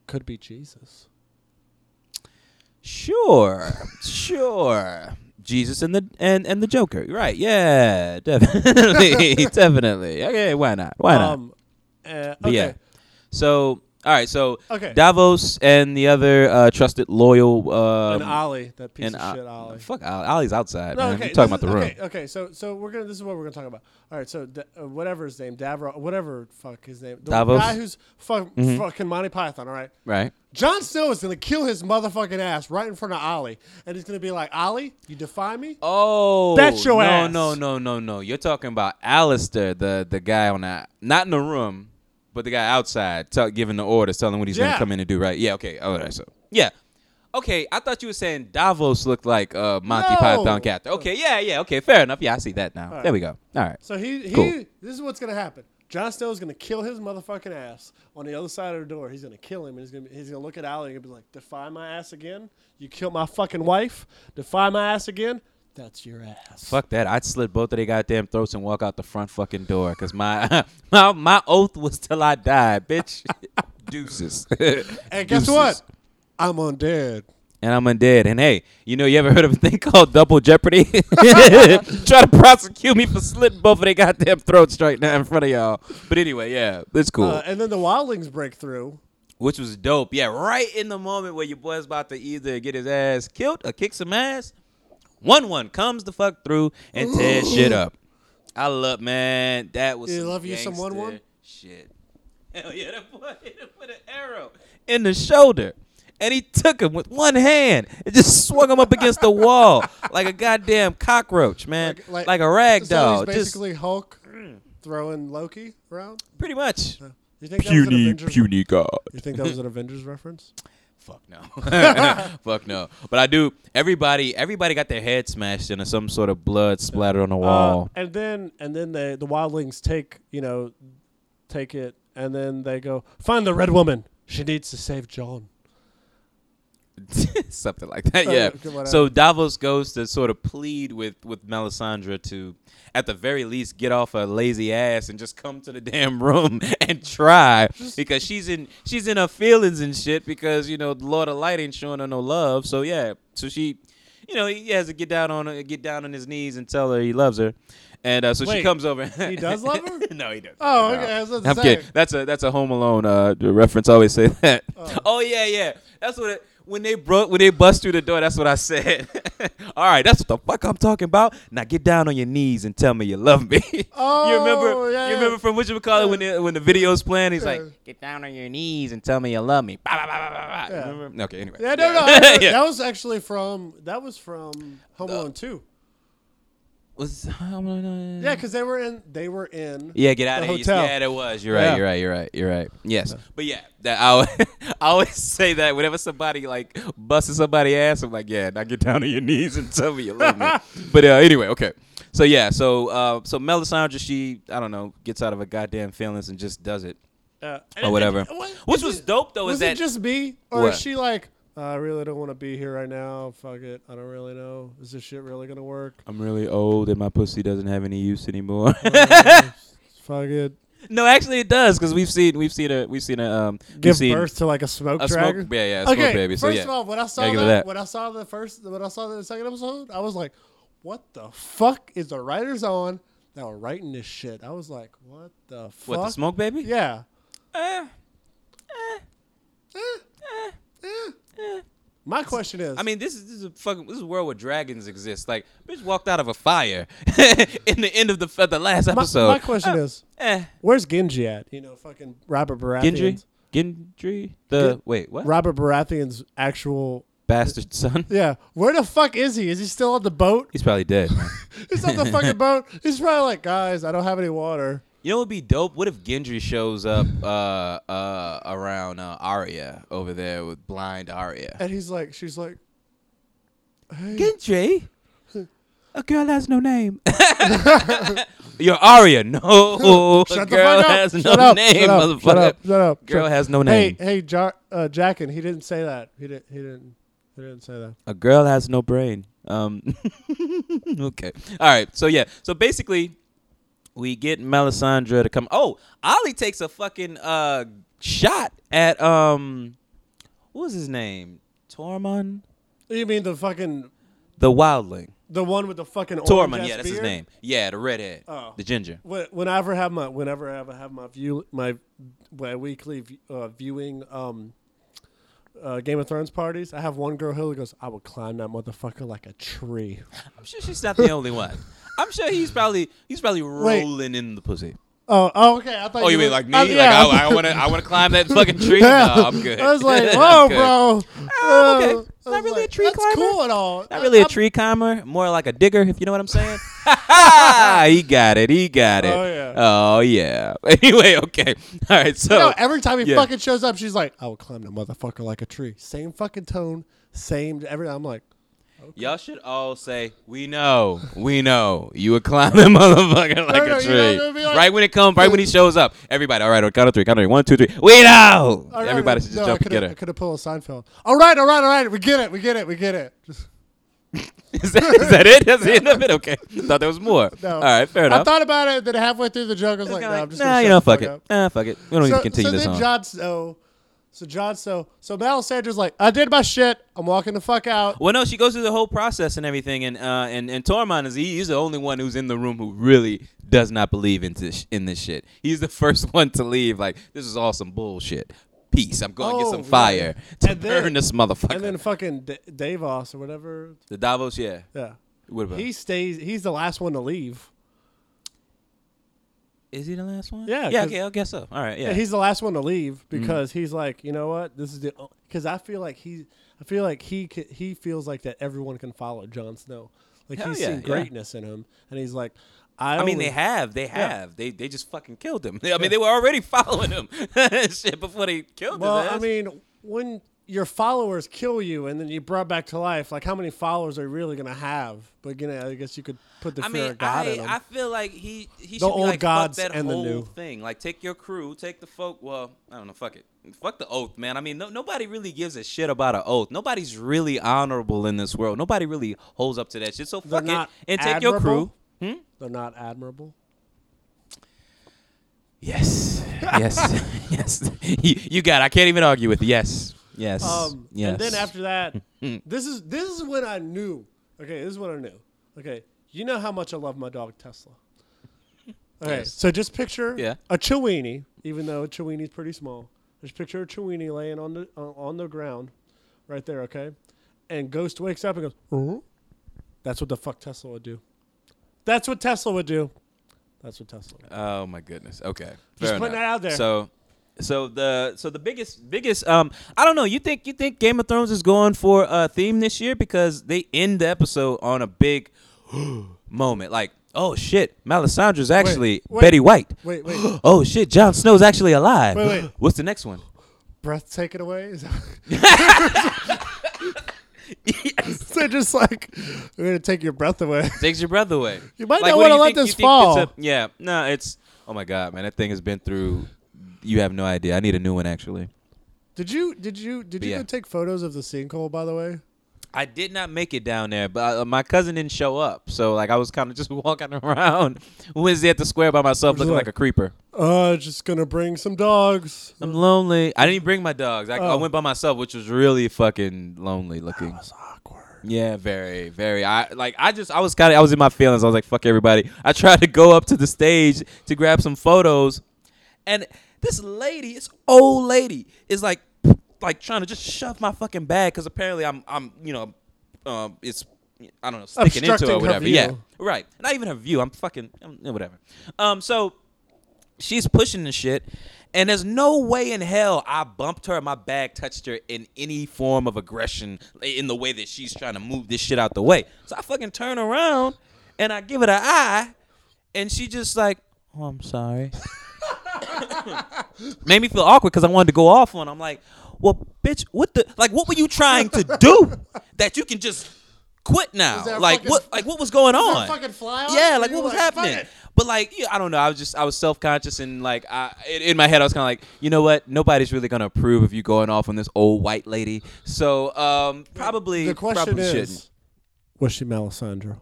S2: could be Jesus.
S1: Sure, sure. Jesus and the and, and the Joker. Right, yeah, definitely, definitely. Okay, why not? Why not?
S2: Um, uh,
S1: But
S2: okay.
S1: yeah. So, all right. So,
S2: Okay.
S1: Davos and the other uh, trusted, loyal, um,
S2: and Ollie, that piece
S1: and
S2: of
S1: O-
S2: shit, Ollie.
S1: Fuck, Ollie. Ollie's outside. man.
S2: okay,
S1: You're talking about
S2: this
S1: the
S2: is-
S1: room.
S2: Okay, okay, so so we're gonna. This is what we're gonna talk about. All right, so da- uh, whatever his name, Davro, whatever fuck his name, the
S1: Davos? Mm-hmm.
S2: guy who's fuck, fucking Monty Python. All right,
S1: Right.
S2: Jon Snow is gonna kill his motherfucking ass right in front of Ollie, and he's gonna be like, Ollie, you defy me.
S1: Oh,
S2: That's your
S1: no,
S2: ass.
S1: No, no, no, no. You're talking about Alistair, the the guy on the not in the room, but the guy outside, tell, giving the orders, telling what he's
S2: Yeah.
S1: gonna come in and do. Right? Yeah. Okay. All right. So yeah. Okay, I thought you were saying Davos looked like uh, Monty
S2: No.
S1: Python character. Okay, yeah, yeah, okay, fair enough. Yeah, I see that now. There we go. All right.
S2: So he he.
S1: Cool.
S2: This is what's gonna happen. Jon Snow is gonna kill his motherfucking ass on the other side of the door. He's gonna kill him, and he's gonna be- he's gonna look at Ollie and be like, "Defy my ass again? You killed my fucking wife. Defy my ass again? That's your ass.
S1: Fuck that. I'd slit both of their goddamn throats and walk out the front fucking door because my, my my oath was till I die, bitch. Deuces.
S2: And guess what? I'm undead.
S1: And I'm undead. And hey, you know, you ever heard of a thing called double jeopardy? Try to prosecute me for slitting both of their goddamn throats right now in front of y'all. But anyway, yeah, it's cool.
S2: Uh, and then the wildlings break through.
S1: Which was dope. Yeah, right in the moment where your boy's about to either get his ass killed or kick some ass, one one comes the fuck through and tears shit up. I love man, that was
S2: You
S1: some
S2: love you some
S1: gangster
S2: 1-1?
S1: shit. Hell yeah, that boy hit him with an arrow in the shoulder. And he took him with one hand and just swung him up against the wall like a goddamn cockroach, man. Like, a rag
S2: so
S1: doll.
S2: he's
S1: Just
S2: basically Hulk throwing Loki around.
S1: pretty much.
S2: You think that was an Avengers?
S1: god.
S2: You think that was an Avengers reference?
S1: Fuck no. Fuck no. But I do everybody everybody got their head smashed into some sort of blood splattered on the wall.
S2: Uh, and then and then the the wildlings take you know take it and then they go find the red woman. She needs to save John.
S1: something like that.
S2: Uh,
S1: Yeah.
S2: whatever.
S1: so Davos goes to sort of plead with with Melisandre to, at the very least, get off her lazy ass and just come to the damn room and try because she's in she's in her feelings and shit because you know the Lord of Light ain't showing her no love. So yeah, so she. You know he has to get down on her, get down on his knees and tell her he loves her, and uh, so she
S2: Wait,
S1: comes over.
S2: he does love her?
S1: no, he doesn't.
S2: Oh,
S1: No.
S2: okay, I was about to
S1: I'm
S2: say.
S1: kidding. That's a that's a Home Alone uh, reference. I always say that. Oh. yeah, yeah. That's what it, when they broke when they bust through the door. That's what I said. All right, that's what the fuck I'm talking about. Now get down on your knees and tell me you love me. you
S2: Oh,
S1: remember?
S2: yeah,
S1: you
S2: yeah.
S1: remember from what you call it when the, when the video's playing? He's
S2: Yeah.
S1: like, get down on your knees and tell me you love me. Ba, ba, ba, ba, ba, ba. Remember? Okay, anyway.
S2: Yeah, no, no. I know.
S1: Yeah.
S2: That was actually from that was from Home Alone two.
S1: Was Home Alone?
S2: Yeah, because they were in they were in
S1: Yeah, get out of
S2: the
S1: here.
S2: hotel.
S1: Yeah, there was. You're right.
S2: Yeah.
S1: You're right. You're right. You're right. Yes, but yeah, that I, al- I always say that whenever somebody like busts somebody ass, I'm like, yeah, now get down on your knees and tell me you love me. but uh, anyway, okay. So yeah, so uh, so Melisandre, she I don't know, gets out of her goddamn feelings and just does it.
S2: Yeah.
S1: Or whatever.
S2: What-
S1: Which
S2: is
S1: was
S2: it-
S1: dope, though,
S2: Was
S1: Oh, is
S2: it
S1: that-
S2: just me, or
S1: What?
S2: is she like, "Oh, I really don't want to be here right now. Fuck it, I don't really know. Is this shit really gonna work?
S1: I'm really old and my pussy doesn't have any use anymore.
S2: Fuck it.
S1: no, actually it does because we've seen we've seen a we've seen a um we've
S2: Give
S1: seen
S2: birth to like a smoke
S1: a smoke-
S2: dragon.
S1: yeah, yeah, a
S2: okay,
S1: smoke baby, so
S2: first
S1: yeah.
S2: of all, when I saw
S1: Gotta
S2: that,
S1: give her that.
S2: when I saw the first, when I saw the second episode, I was like, what the fuck is the writers on that were writing this shit? I was like, what the fuck?
S1: what the smoke baby?
S2: Yeah. Eh.
S1: Eh.
S2: My question is,
S1: Eh. I mean, this is this is a fucking this is a world where dragons exist. Like, bitch walked out of a fire in the end of the of the last
S2: my,
S1: episode.
S2: my question
S1: Uh,
S2: is,
S1: eh.
S2: where's Genji at? You know, fucking Robert Baratheon.
S1: Gendry, Gendry, the wait, what?
S2: Robert Baratheon's actual.
S1: Bastard son.
S2: Yeah, where the fuck is he? Is he still on the boat?
S1: He's probably dead. man.
S2: He's on the fucking boat. He's probably like, guys, I don't have any water.
S1: you know what would be dope? What if Gendry shows up uh uh around uh, Arya over there with blind Arya?
S2: And he's like, she's like,
S1: Gendry. A girl has no name. Your Arya, no.
S2: shut the
S1: girl
S2: fuck up.
S1: has
S2: shut
S1: no
S2: up,
S1: name,
S2: shut up,
S1: motherfucker.
S2: Shut up. Shut up.
S1: Girl
S2: shut-
S1: has no name.
S2: Hey, hey, ja- uh, Jackin, he didn't say that. He didn't. He didn't. He didn't say that.
S1: A girl has no brain. Um, okay. All right. So yeah. So basically, we get Melisandre to come. Oh, Ollie takes a fucking uh shot at um, what was his name? Tormund,
S2: You mean the fucking
S1: the wildling.
S2: the one with the fucking
S1: Tormund.
S2: orange-ass
S1: Yeah, that's his
S2: beard?
S1: name. Yeah, the redhead,
S2: Oh.
S1: the ginger.
S2: Wh- Whenever I have my whenever I have, I have my view my my weekly v- uh, viewing um, uh, Game of Thrones parties, I have one girl who goes, "I would climb that motherfucker like a tree."
S1: I'm sure she's not the only one. I'm sure he's probably he's probably rolling in the pussy.
S2: Oh, oh, okay. I thought.
S1: Oh, you
S2: were-
S1: mean like me?
S2: uh,
S1: like
S2: yeah.
S1: I, I want to I want to climb that fucking tree.
S2: Yeah.
S1: No, I'm good.
S2: I was like,
S1: I'm
S2: "Whoa,
S1: good.
S2: bro!"
S1: Oh, okay.
S2: Uh,
S1: It's
S2: I
S1: not
S2: was
S1: really a
S2: like,
S1: tree
S2: That's
S1: climber.
S2: cool and all.
S1: Not really
S2: a
S1: a tree climber, more like a digger, if you know what I'm saying. he got it. He got it.
S2: Oh, yeah.
S1: Oh, yeah. Anyway, okay. All right. So,
S2: No, every time he
S1: yeah.
S2: fucking shows up, she's like, "I would climb the motherfucker like a tree." Same fucking tone, same every. I'm like,
S1: y'all should all say, "We know, we know, you would climb that motherfucker like
S2: no, you know,
S1: a tree."
S2: it'll be like-
S1: right when it comes, right when he shows up, everybody. All right, on count of three, count of three. One, two, three. We know.
S2: all right,
S1: everybody
S2: I-
S1: should just
S2: no,
S1: jump
S2: I could've-
S1: together.
S2: I could have pulled a Seinfeld. All right, all right, all right. We get it. We get it. We get it. Just
S1: is, that, is that it? That's the end of it? Okay. Thought there was more.
S2: No.
S1: All right, fair
S2: I
S1: enough.
S2: thought about it, then halfway through the joke, I was like, no, I'm just
S1: nah,
S2: gonna
S1: you
S2: shut
S1: know,
S2: the
S1: fuck it.
S2: up.
S1: Nah, fuck it. We don't need to continue
S2: so
S1: this
S2: then
S1: on.
S2: John Snow, so John Snow, so now Sandra's like, I did my shit. I'm walking the fuck out.
S1: Well, no, she goes through the whole process and everything, and uh, and and Tormund is he, he's the only one who's in the room who really does not believe in this in this shit. He's the first one to leave. Like this is all some bullshit. Peace. I'm going to get
S2: Oh,
S1: some
S2: yeah.
S1: fire to
S2: And
S1: burn
S2: then-
S1: this motherfucker.
S2: And then fucking D- Davos or whatever.
S1: the Davos, yeah.
S2: Yeah.
S1: What about?
S2: He stays. He's the last one to leave.
S1: is he the last one?
S2: Yeah,
S1: Yeah.
S2: 'cause-
S1: Okay. I guess so. All right. Yeah. Mm-hmm.
S2: He's the last one to leave because he's like, you know what? This is the because I feel like he, I feel like he c- he feels like that everyone can follow Jon Snow. Like
S1: Hell
S2: he's
S1: yeah,
S2: seen
S1: yeah.
S2: greatness in him, and he's like, I.
S1: I mean,
S2: only-
S1: they have, they have, they they just fucking killed him. I mean, they were already following him, shit, before they killed
S2: Well,
S1: his ass.
S2: I mean, when your followers kill you and then you brought back to life, like how many followers are you really gonna have? But you know, I guess you could put the
S1: I
S2: fear
S1: mean,
S2: of God
S1: I,
S2: in them.
S1: I feel like he he
S2: The
S1: should be
S2: old
S1: like
S2: gods
S1: fuck that
S2: and the
S1: whole
S2: new.
S1: thing. Like take your crew, take the folk. Well, I don't know. Fuck it. Fuck the oath, man. I mean, no, nobody really gives a shit about an oath. Nobody's really honorable in this world. Nobody really holds up to that shit. So
S2: They're
S1: fuck it
S2: not
S1: and take your crew. Hmm?
S2: admirable? They're not admirable.
S1: Yes, yes, yes. you, you got. it. I can't even argue with yes, yes,
S2: Um,
S1: yes.
S2: And then after that, this is this is when I knew. Okay, this is when I knew. Okay, you know how much I love my dog Tesla. Okay, so just picture
S1: Yeah.
S2: a Chiweenie, even though a Chiweenie's pretty small. Just picture a Chiweenie laying on the on on the ground, right there. Okay, and Ghost wakes up and goes, "Huh?" "That's what the fuck Tesla would do. That's what Tesla would do. That's what Tesla." Would do.
S1: Oh my goodness. Okay.
S2: Just
S1: Fair
S2: putting
S1: enough.
S2: that out there.
S1: So so the so the biggest biggest um I don't know, you think you think Game of Thrones is going for a theme this year because they end the episode on a big moment like Oh shit! Melisandre's actually
S2: wait.
S1: Betty White.
S2: Wait, wait.
S1: oh shit! Jon Snow's actually alive.
S2: Wait, wait.
S1: What's the next one?
S2: Breath taken away. Is that- They're just like, we're gonna take your breath away.
S1: Takes your breath away.
S2: You might not
S1: what do
S2: wanna
S1: you
S2: let
S1: think- you
S2: this
S1: think it's a-
S2: fall.
S1: yeah. No, it's. Oh my god, man! That thing has been through. You have no idea. I need a new one actually.
S2: Did you did you did you
S1: Yeah.
S2: go take photos of the sinkhole? By the way,
S1: I did not make it down there, but uh, my cousin didn't show up, so like I was kind of just walking around Wednesday at the square by myself,
S2: Just
S1: looking like,
S2: like-
S1: a creeper.
S2: uh, just gonna bring some dogs.
S1: I'm lonely. I didn't even bring my dogs. I, I
S2: Oh.
S1: went by myself, which was really fucking lonely looking.
S2: That's awkward.
S1: Yeah, very, very. I like. I just. I was kind of. I was in my feelings. I was like, "Fuck everybody." I tried to go up to the stage to grab some photos, and this lady, this old lady, is like, like trying to just shove my fucking bag because apparently I'm, I'm, you know, um, it's, I don't know, sticking into it
S2: Obstructing
S1: or
S2: her
S1: whatever.
S2: view.
S1: Yeah, right. Not even her view. I'm fucking I'm, whatever. Um, so she's pushing the shit and there's no way in hell i bumped her my bag touched her in any form of aggression in the way that she's trying to move this shit out the way so i fucking turn around and i give it an eye and she just like oh i'm sorry made me feel awkward because i wanted to go off on her. i'm like well bitch what the like what were you trying to do that you can just quit now
S2: that
S1: like
S2: fucking-
S1: what like what was going
S2: that
S1: on
S2: fucking fly off?
S1: yeah
S2: Were
S1: like
S2: you
S1: what was
S2: like, fuck
S1: happening
S2: it?
S1: but like, yeah, I don't know. I was just I was self conscious and like I in in my head I was kind of like, you know what? Nobody's really gonna approve of you going off on this old white lady. So um, probably
S2: The question
S1: probably
S2: is,
S1: shouldn't.
S2: was she Melisandre?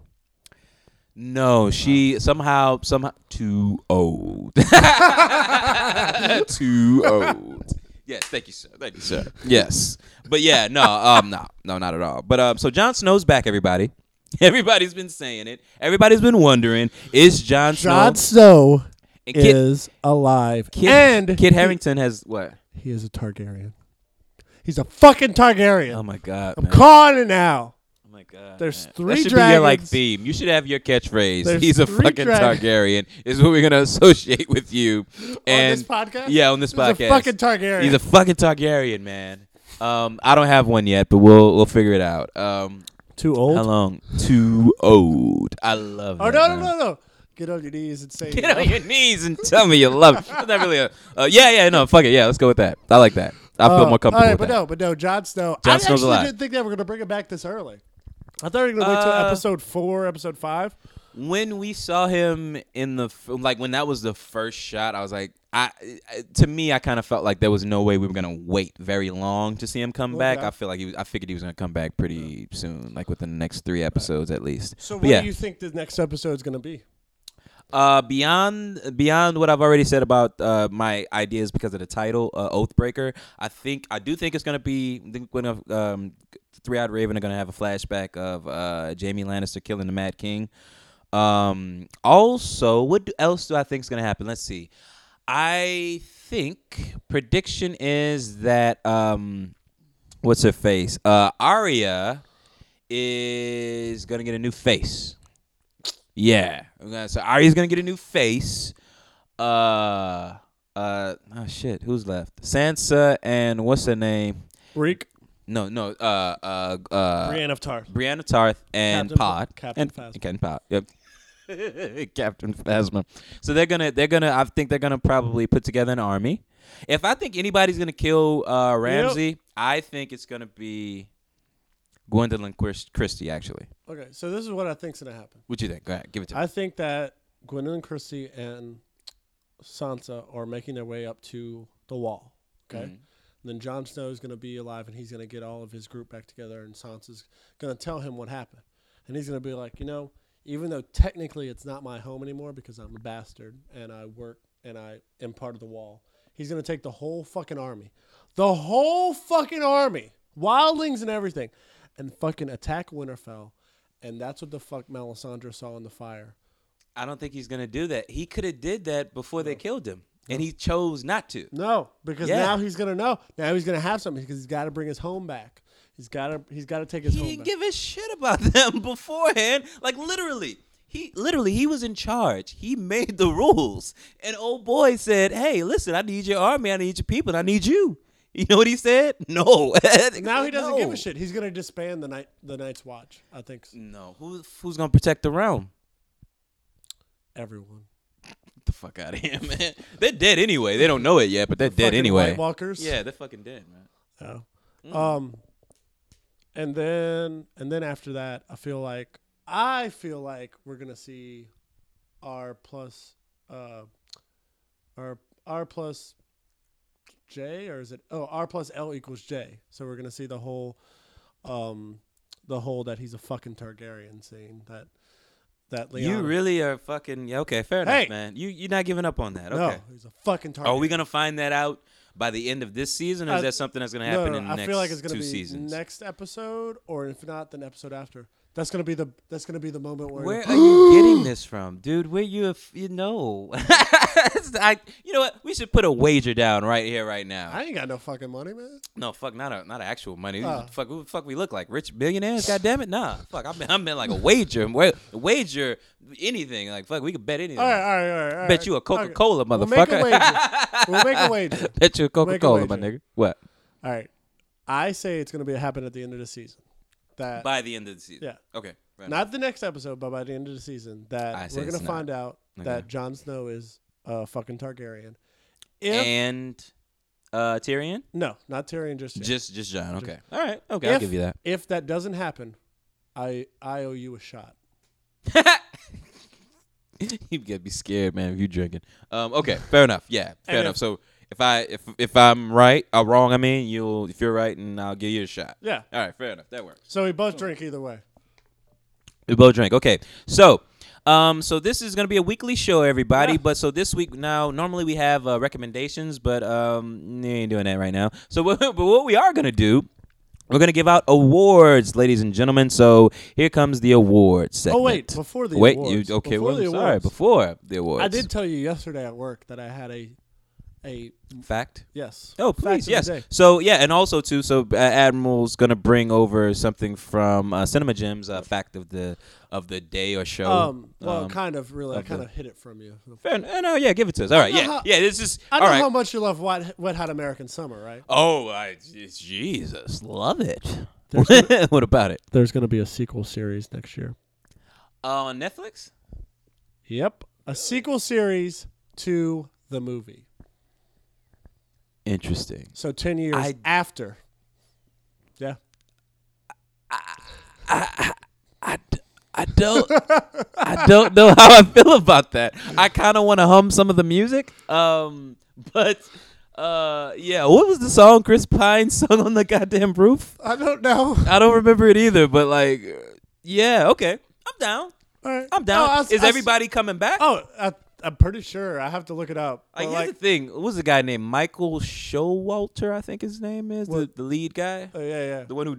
S1: No, she somehow somehow too old. too old. Yes, thank you, sir. Thank you, sir. Yes, but yeah, no, um, no, no, not at all. But um, so Jon Snow's back, everybody. Everybody's been saying it. Everybody's been wondering, is Jon Snow?
S2: Jon Snow
S1: And Kit-
S2: is alive,
S1: Kid,
S2: and
S1: Kid Harrington has what?
S2: he is a Targaryen. He's a fucking Targaryen.
S1: Oh my god!
S2: I'm
S1: man.
S2: calling it now.
S1: oh my god!
S2: There's
S1: man.
S2: three
S1: That should be your like
S2: dragons.
S1: theme. You should have your catchphrase.
S2: There's
S1: He's a
S2: three
S1: fucking
S2: dragons.
S1: Targaryen. Is what we're gonna associate with you. And
S2: this podcast?
S1: Yeah, on this
S2: He's a
S1: podcast.
S2: fucking Targaryen.
S1: He's a fucking Targaryen, man. Um, I don't have one yet, but we'll we'll figure it out. Um,
S2: Too
S1: how
S2: old?
S1: long? Too old. I love.
S2: Oh
S1: that,
S2: no no
S1: man.
S2: no no! Get on your knees and say.
S1: Get on your knees and tell me you love it. That's not really a. Uh, yeah, yeah, no, fuck it. Yeah, let's go with that. I like that. I feel more comfortable
S2: Uh, Oh, All right,
S1: with
S2: but
S1: that.
S2: no, but no, Jon Snow.
S1: Jon
S2: I
S1: Snow's
S2: actually
S1: alive.
S2: didn't think they were going to bring it back this early. I thought we were gonna wait till
S1: Uh,
S2: episode four, episode five.
S1: when we saw him in the f- like when that was the first shot i was like i I- to me i kind of felt like there was no way we were gonna wait very long to see him come back
S2: Okay.
S1: i feel like he was, i figured he was gonna come back pretty soon like within the next three episodes at least
S2: So
S1: But
S2: what
S1: yeah
S2: do you think the next episode's gonna be?
S1: uh beyond beyond what i've already said about uh my ideas because of the title uh, oathbreaker i think i do think it's gonna be I think when um three-eyed raven are gonna have a flashback of uh jamie lannister killing the mad king Um, also, what do- else do I think is going to happen? Let's see. I think prediction is that um, what's her face? Uh, Aria is going to get a new face. Yeah, I'm gonna- so Arya's going to get a new face. Uh, uh, oh shit, who's left? Sansa and what's her name?
S2: Reek,
S1: No, no, uh, uh, uh,
S2: Brienne of Tarth.
S1: Brianna Tarth and
S2: Captain
S1: Pod.
S2: Fa- Captain
S1: and,
S2: Phasma.
S1: Captain Pod. Yep. Captain Phasma. So they're gonna they're gonna I think they're gonna probably put together an army. If I think anybody's gonna kill uh, Ramsey, I think it's gonna be Gwendolyn Chris- Christie. Actually,
S2: Okay, so this is what I think's gonna happen.
S1: what you think? Go ahead, give it to me.
S2: I think that Gwendolyn Christie and Sansa are making their way up to the wall. Okay. And then Jon Snow is going to be alive and he's going to get all of his group back together and Sansa's going to tell him what happened. And he's going to be like, you know, even though technically it's not my home anymore because I'm a bastard and I work and I am part of the wall, he's going to take the whole fucking army, the whole fucking army, wildlings and everything, and fucking attack Winterfell. And that's what the fuck Melisandre saw in the fire.
S1: I don't think he's gonna do that. He could have did that before they killed him, and he chose not to.
S2: No, because
S1: Yeah.
S2: now he's gonna know. Now he's gonna have something because he's got to bring his home back. He's got to. He's got to take his
S1: he
S2: home
S1: didn't
S2: back.
S1: give a shit about them beforehand. Like literally, he literally he was in charge. He made the rules. And old boy said, "Hey, listen, I need your army. I need your people. And I need you." You know what he said? No.
S2: now he doesn't
S1: No.
S2: give a shit. He's gonna disband the night. The Night's Watch. I think so.
S1: No. Who, who's gonna protect the realm?
S2: everyone.
S1: Get the fuck out of here, man. They're dead anyway. They don't know it yet, but they're dead
S2: Fucking
S1: anyway.
S2: White Walkers.
S1: Yeah, they're fucking dead, man.
S2: Oh.
S1: Mm.
S2: Um. And then and then after that, I feel like I feel like we're gonna see R plus uh R R plus J or is it oh R plus L equals J. So we're gonna see the whole um the whole that he's a fucking Targaryen scene that that Leon
S1: You really are fucking. Yeah, okay, fair
S2: Hey.
S1: enough, man. You you're not giving up on that.
S2: no
S1: Okay.
S2: he's a fucking Targaryen.
S1: Are we gonna find that out by the end of this season, or is
S2: Uh,
S1: that something that's gonna
S2: no,
S1: happen
S2: no,
S1: in
S2: no.
S1: the next
S2: I feel like it's gonna
S1: two
S2: be
S1: seasons?
S2: next episode or if not then episode after. That's gonna be the that's gonna be the moment where
S1: Where are you getting this from, dude? Where you a f- you know? It's the- I, you know what? We should put a wager down right here, right now.
S2: I ain't got no fucking money, man.
S1: no, fuck, not a not a actual money.
S2: Uh.
S1: fuck, who the fuck we look like rich billionaires? God damn it, nah. Fuck, I meant, I meant like a wager, wa- wager anything. Like fuck, we could bet anything.
S2: All right, all right, all right. all
S1: Bet
S2: right.
S1: you a
S2: Okay.
S1: Coca-Cola,
S2: We'll make a
S1: motherfucker.
S2: wager. We'll make a wager.
S1: Bet you a Coca Cola, my
S2: wager.
S1: nigga. What?
S2: All right. I say it's going to be happen at the end of the season. That
S1: By the end of the season.
S2: Yeah.
S1: Okay. fair enough.
S2: not the next episode, but by the end of the season, that
S1: I say
S2: we're going
S1: it's
S2: to
S1: not.
S2: find out
S1: Okay.
S2: that Jon Snow is a fucking Targaryen. If
S1: and uh, Tyrion.
S2: no, not Tyrion just yet.
S1: Just just John. Okay. All right. Okay.
S2: if,
S1: I'll give you that.
S2: If that doesn't happen, I I owe you a shot.
S1: you gotta be scared, man, if you drinking. Um. Okay. Fair enough. Yeah. Fair
S2: And
S1: enough.
S2: if-
S1: so if I if if I'm right or wrong, I mean you'll if you're right, and I'll give you a shot.
S2: Yeah.
S1: All right. Fair enough. That works.
S2: So we both drink either way.
S1: We both drink. Okay. So. Um, so this is gonna be a weekly show, everybody.
S2: Yeah.
S1: But so this week now, normally we have uh, recommendations, but um, we ain't doing that right now. So, what, but what we are gonna do, we're gonna give out awards, ladies and gentlemen. So here comes the awards segment.
S2: Oh, wait, before the
S1: wait,
S2: awards.
S1: you okay?
S2: Before
S1: well,
S2: the
S1: I'm sorry,
S2: awards.
S1: before the awards.
S2: I did tell you yesterday at work that I had a a
S1: fact.
S2: yes.
S1: Oh,
S2: fact of
S1: please,
S2: the
S1: yes.
S2: day.
S1: So yeah, and also too. So uh, Admiral's gonna bring over something from uh, Cinema Gems, uh, fact of the of the day or show.
S2: Um, well, kind of, really. I
S1: of
S2: kind
S1: the-
S2: of hid it from you.
S1: fair. en- uh, no, yeah, give it to us. All right,
S2: know
S1: yeah,
S2: how-
S1: yeah. This is
S2: I
S1: all
S2: know
S1: right.
S2: how much you love Wet, Wet Hot American Summer, right?
S1: oh, I, it's- Jesus, love it. what about it?
S2: There's going to be a sequel series next year.
S1: Uh, on Netflix.
S2: Yep. A sequel series to the movie.
S1: Interesting.
S2: So 10 years
S1: I-
S2: after. Yeah.
S1: I don't I don't know how I feel about that. I kind of want to hum some of the music. Um but uh yeah, what was the song Chris Pine sung on the goddamn roof?
S2: I don't know.
S1: I don't remember it either, but like yeah, okay. I'm down.
S2: All right.
S1: I'm down.
S2: No, I was-
S1: Is
S2: I was-
S1: everybody coming back?
S2: Oh, I, I'm pretty sure. I have to look it up.
S1: Like,
S2: But,
S1: Uh, here's the thing. What was a guy named Michael Showalter? I think his name is the,
S2: What?
S1: the lead guy,
S2: oh, yeah,
S1: the one who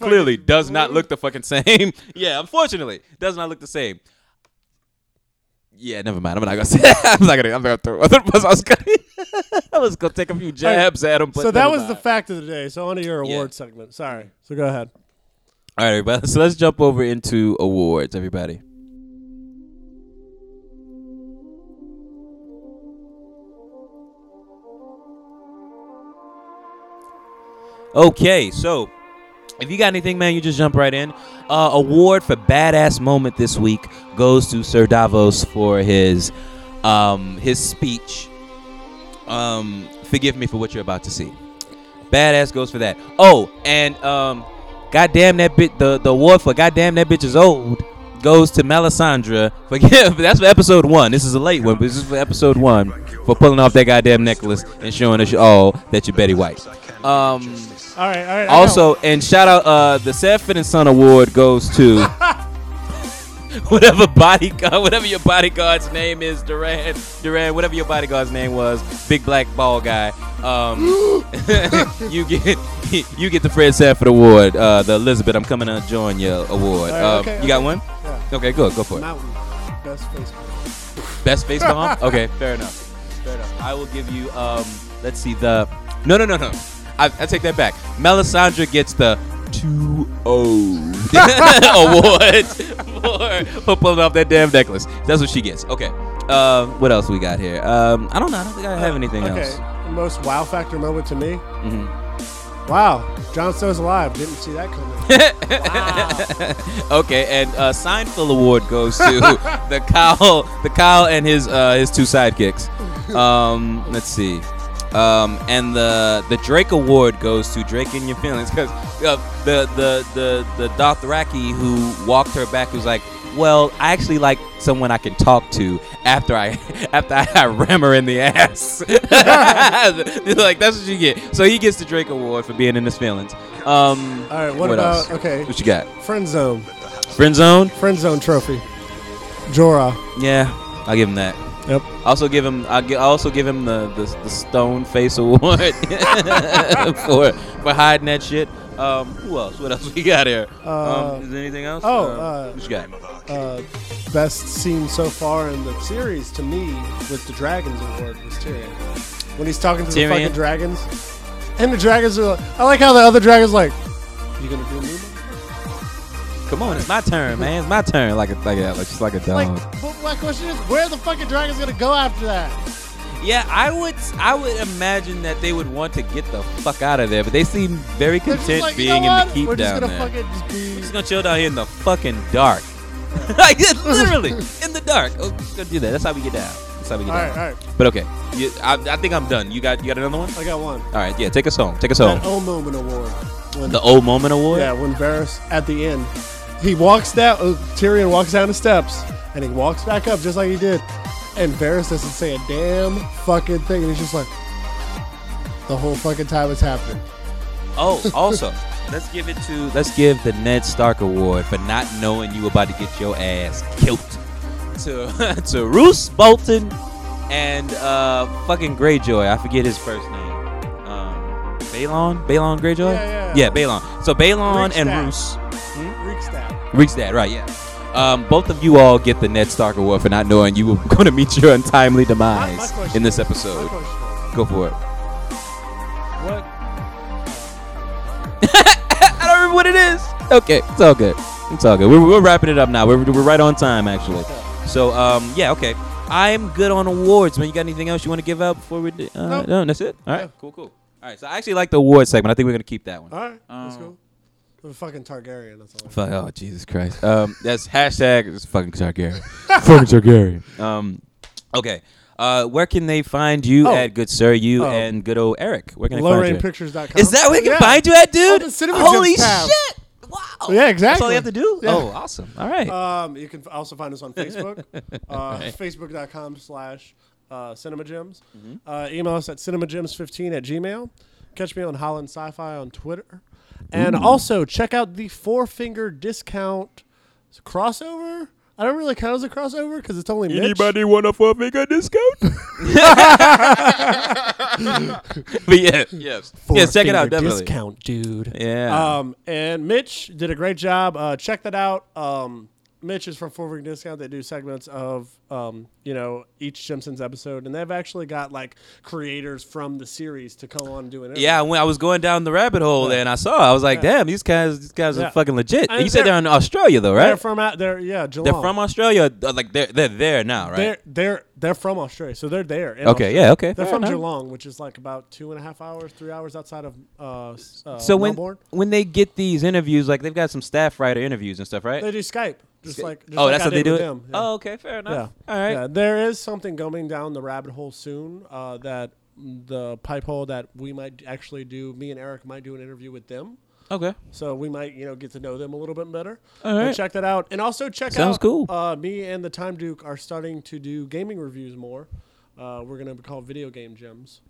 S1: clearly does not look the fucking same. yeah, unfortunately, does not look the same. Yeah, never mind. I'm not gonna say. That. I'm not gonna. I'm not gonna throw. I was, I was gonna. I was gonna take a few jabs at him.
S2: yeah.
S1: But
S2: So that
S1: never
S2: was
S1: mind.
S2: the fact of the day. So on to your
S1: Yeah.
S2: award segment. Sorry. So go ahead.
S1: All right, everybody. So let's jump over into awards, everybody. Okay, so if you got anything, man, you just jump right in. Uh, award for badass moment this week goes to Sir Davos for his um, his speech. Um, forgive me for what you're about to see. Badass goes for that. Oh, and um, goddamn that bit the the award for goddamn that bitch is old goes to Melisandre. Forgive that's for episode one. This is a late one, but this is for episode one for pulling off that goddamn necklace and showing us all that you're Betty White. Um,
S2: All right. All right. I know.
S1: also, and shout out uh, the Sanford and Son Award goes to whatever bodyguard, whatever your bodyguard's name is, Duran, Duran, whatever your bodyguard's name was, big black ball guy. Um, you get you get the Fred Sanford Award, uh, the Elizabeth I'm coming to join you award.
S2: All right,
S1: Uh,
S2: okay,
S1: you got one?
S2: Yeah.
S1: Okay, good, go for it.
S2: Mountain. Best Facebook.
S1: Best face bomb? okay, fair enough. Fair enough. I will give you um let's see the No no no no. I, I take that back. Melisandre gets the 2 award for, for pulling off that damn necklace. That's what she gets. Okay. Um, what else we got here? Um, I don't know. I don't think I have anything
S2: okay.
S1: else.
S2: Most wow factor moment to me.
S1: Mhm.
S2: Wow. John Snow's alive. Didn't see that coming. wow.
S1: Okay, and uh, Seinfeld award goes to the Kyle, the Kyle and his uh, his two sidekicks. Um, let's see, um, and the the Drake award goes to Drake and your feelings because uh, the the the the Dothraki who walked her back was like, well, I actually like someone I can talk to after I after I ram her in the ass. like that's what you get. So he gets the Drake award for being in his feelings. Um,
S2: All right. What, about
S1: else?
S2: okay?
S1: What you got?
S2: Friend zone.
S1: Friend zone?
S2: Friend zone trophy. Jorah.
S1: Yeah, I'll give him that.
S2: Yep.
S1: Also give him. I will also give him the the, the Stone Face Award for for hiding that shit. Um, who else? What else we got here?
S2: Uh,
S1: um, is there anything else?
S2: oh,
S1: Um,
S2: uh,
S1: what you got?
S2: Uh, best scene so far in the series to me with the dragons award was Tyrion. When he's talking to
S1: Tyrion?
S2: the fucking dragons, and the dragons are. like, I like how the other dragons like, you gonna do me?
S1: Come on, it's my turn, man. It's my turn. Like a like a, like just like a
S2: Like,
S1: dog.
S2: but my question is, where the fucking dragons gonna go after that?
S1: yeah, I would I would imagine that they would want to get the fuck out of there, but they seem very
S2: They're just
S1: content
S2: like, you know
S1: being in
S2: what?
S1: the keep
S2: We're just
S1: down
S2: gonna
S1: there.
S2: fucking just be.
S1: just gonna chill down here in the fucking dark. like literally in the dark. Oh, just gonna do that. That's how we get down. That's how we get
S2: All right,
S1: down.
S2: all right.
S1: But okay, you, I, I think I'm done. You got you got another one?
S2: I got one.
S1: All right, yeah. Take us home. Take us
S2: That
S1: home.
S2: O moment award. When,
S1: Oh. The old moment award.
S2: yeah, when Varys at the end, he walks down. Uh, Tyrion walks down the steps, and he walks back up just like he did. And Varys doesn't say a damn fucking thing, and he's just like, the whole fucking time it's happening.
S1: Oh, also, let's give it to let's give the Ned Stark award for not knowing you about to get your ass killed to to Roose Bolton and uh fucking Greyjoy. I forget his first name. Um, Balon, Balon Greyjoy.
S2: Yeah, yeah.
S1: Balon. So Balon
S2: Reeks
S1: and
S2: that.
S1: Roose.
S2: Reeks that.
S1: Reach that, right, yeah. Um, both of you all get the Ned Stark Award for not knowing you were going to meet your untimely
S2: My- my
S1: demise
S2: question
S1: in this
S2: is- my
S1: episode.
S2: question is,
S1: Go for it.
S2: What?
S1: I don't remember what it is. Okay, it's all good. It's all good. We're, we're wrapping it up now. We're, we're right on time, actually. So, um, yeah, okay. I'm good on awards, man. You got anything else you want to give out before we do? Uh,
S2: Nope.
S1: No, that's it. All right,
S2: Yeah.
S1: cool, cool. All right, so I actually like the award segment. I think we're going to keep that one.
S2: All right, let's
S1: Um,
S2: go. I'm a fucking Targaryen. That's all.
S1: Fuck, oh, Jesus Christ. Um, that's hashtag it's fucking Targaryen. fucking Targaryen. Um, okay. Uh, where can they find you
S2: Oh.
S1: at good sir, you
S2: Oh.
S1: and good old Eric? Where can they find you? at?
S2: LowRainPictures.com.
S1: Is that where they can
S2: Yeah.
S1: find you at,
S2: On
S1: dude?
S2: the Cinema
S1: Holy
S2: Gems tab.
S1: shit! Wow.
S2: Yeah,
S1: That's all
S2: exactly.
S1: you have to do?
S2: Yeah.
S1: Oh, awesome. All right.
S2: Um, you can f- also find us on Facebook, uh, facebook.com slash uh, cinemagems.
S1: Mm-hmm.
S2: Uh, email us at cinemagems15 at gmail. Catch me on Holland Sci-Fi on Twitter. And also check out the Four Finger Discount crossover. I don't really count as a crossover because it's only Mitch.
S1: want a four finger discount? but yeah, yes. yeah, check it out,
S2: Four-finger
S1: definitely.
S2: Discount, dude.
S1: Yeah.
S2: Um, and Mitch did a great job. Uh, check that out. Um, Mitch is from Four Ring Discount. They do segments of, um, you know, each Simpsons episode, and they've actually got like creators from the series to come on and do an interview.
S1: yeah, when I was going down the rabbit hole there and I saw, it, I was like, damn, these guys these guys
S2: Yeah.
S1: are fucking legit.
S2: And
S1: you said
S2: they're-
S1: they're in Australia though,
S2: they're
S1: right?
S2: from out there. Yeah, Geelong.
S1: They're from Australia. uh, Like they're they're there now, right?
S2: They're they're they're from Australia, so they're there. in
S1: Okay,
S2: Australia.
S1: yeah, okay.
S2: They're
S1: Fair
S2: from
S1: enough.
S2: Geelong, which is like about two and a half hours, three hours outside of uh, s- uh
S1: so when
S2: Melbourne.
S1: when they get these interviews, like they've got some staff writer interviews and stuff, right?
S2: they do Skype, just like just
S1: oh,
S2: like
S1: that's
S2: I
S1: how they
S2: did
S1: do it.
S2: with Them. Yeah.
S1: Oh, okay, fair
S2: Yeah.
S1: enough. All right.
S2: Yeah, there is something going down the rabbit hole soon. Uh, that the pipe hole that we might actually do. Me and Eric might do an interview with them,
S1: Okay.
S2: so we might you know get to know them a little bit better.
S1: All
S2: And
S1: right.
S2: check that out, and also check
S1: Sounds
S2: out.
S1: cool.
S2: Uh, me and the Time Duke are starting to do gaming reviews more. Uh, we're gonna call video game gems.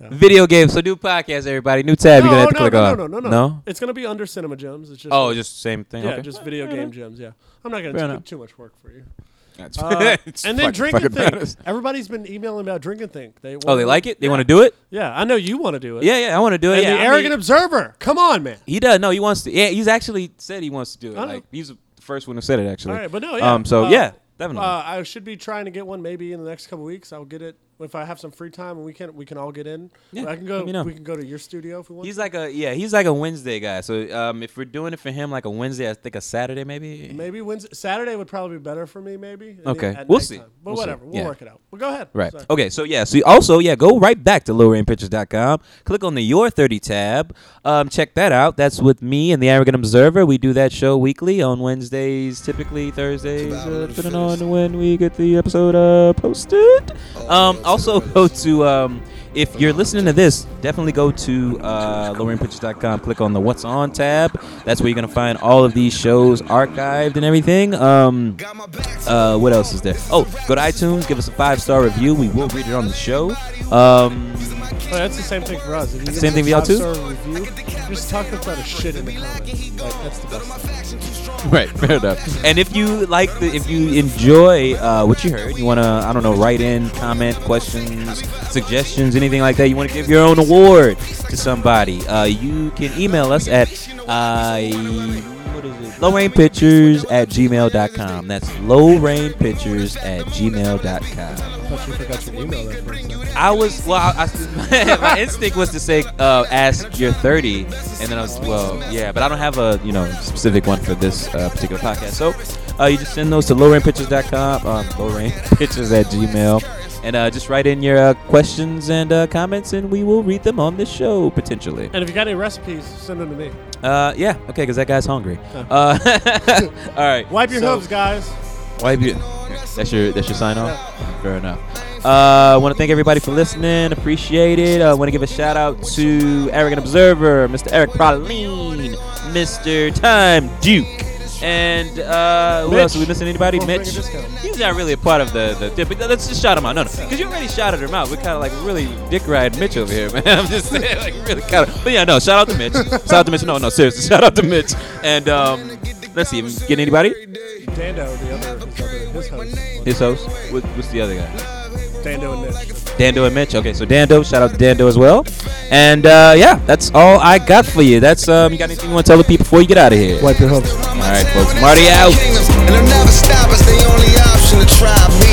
S1: Video games. So new podcast, everybody. New tab. you're gonna have to
S2: no,
S1: click
S2: no,
S1: on.
S2: no, no, no,
S1: No.
S2: It's gonna be under Cinema Gems. It's just
S1: Oh, just the same thing.
S2: yeah,
S1: okay.
S2: just video game gems. Yeah, I'm not gonna
S1: Fair
S2: do
S1: enough.
S2: too much work for you.
S1: That's
S2: Uh,
S1: it's
S2: and
S1: fucking-
S2: then Drink and
S1: fucking
S2: Think.
S1: bananas.
S2: Everybody's been emailing about Drink and Think. They
S1: Oh,
S2: wanna-
S1: they like it. They want to do it.
S2: Yeah, I know you want to do it.
S1: Yeah, yeah. I want to do it.
S2: And
S1: yeah,
S2: the
S1: I
S2: arrogant
S1: mean,
S2: observer. Come on, man.
S1: he does. No, he wants to. Yeah, he's actually said he wants to do it.
S2: I know.
S1: Like he's the first one who said it actually.
S2: All right, but no, yeah.
S1: Um. So
S2: uh,
S1: yeah, definitely.
S2: Uh, I should be trying to get one maybe in the next couple weeks. I'll get it if I have some free time and we can we can all get in.
S1: Yeah,
S2: I can go.
S1: let me know.
S2: We can go to your studio if we want.
S1: He's like a yeah. He's like a Wednesday guy. So um, if we're doing it for him, like a Wednesday, I think a Saturday maybe.
S2: maybe Wednesday, Saturday would probably be better for me. Maybe. in the-
S1: Okay,
S2: at
S1: we'll
S2: nighttime.
S1: see.
S2: But
S1: We'll see.
S2: whatever, we'll
S1: Yeah.
S2: work it out. Well, go ahead.
S1: Right.
S2: Sorry.
S1: Okay. So yeah. So you also yeah. Go right back to lowerinpictures.com. Click on the Your Thirty tab. Um, check that out. That's with me and the Arrogant Observer. We do that show weekly on Wednesdays, typically Thursdays, uh, depending on when we get the episode uh, posted. Um, also go to um, if you're listening to this, definitely go to uh, lowerinpictures.com. Click on the What's On tab. That's where you're gonna find all of these shows archived and everything. Um, uh, what else is there? Oh, go to iTunes, give us a five star review. We will read it on the show. Um,
S2: Oh, that's the same thing for us. If you
S1: Same thing for y'all, too?
S2: Review, just talk us out of shit in the comments. Like, that's the best. Thing.
S1: right, fair enough. And if you like, the, if you enjoy uh, what you heard, you want to, I don't know, write in, comment, questions, suggestions, anything like that. You want to give your own award to somebody. Uh, you can email us at uh, what is it? lowrainpictures at gmail.com. That's lowrainpictures at gmail.com.
S2: I thought you forgot your email there for a second.
S1: I was well. I, I- my instinct was to say, uh, "Ask your 30," and then I was, "Well, yeah," but I don't have a you know specific one for this uh, particular podcast. So uh, you just send those to lowrainpictures.com, um, lowrainpictures at gmail, and uh, just write in your uh, questions and uh, comments, and we will read them on the show potentially.
S2: And if you got any recipes, send them to me.
S1: Uh, yeah, okay, because that guy's hungry. Uh, all right,
S2: Wipe your
S1: so-
S2: hooves, guys.
S1: Wipe your. That's your that's your sign off. Fair enough. Uh, I want to thank everybody for listening. Appreciate it. I want to give a shout out to Arrogant Observer, Mr. Eric Praline, Mr. Time Duke, and uh, who
S2: Mitch.
S1: else? Are we missing anybody?
S2: Four
S1: Mitch.
S2: Finger Discount.
S1: He's not really a part of the the. dip, but let's just shout him out. No, no, because you already shouted him out. We're kind of like really dick ride Mitch over here, man. I'm just saying, like really kind of. But yeah, no. Shout out to Mitch. shout out to Mitch. No, no, seriously. Shout out to Mitch. And um, let's see, get anybody.
S2: Dando, the other, his, other, his host.
S1: His host. What, what's the other guy?
S2: Dando and Mitch.
S1: Dando and Mitch. Okay, so Dando, shout out to Dando as well. And uh, yeah, that's all I got for you. That's um, you got anything you want to tell the people before you get out of here?
S2: your hooves.
S1: All right, folks. Marty out.
S3: And they'll never stop us, they only option to try me.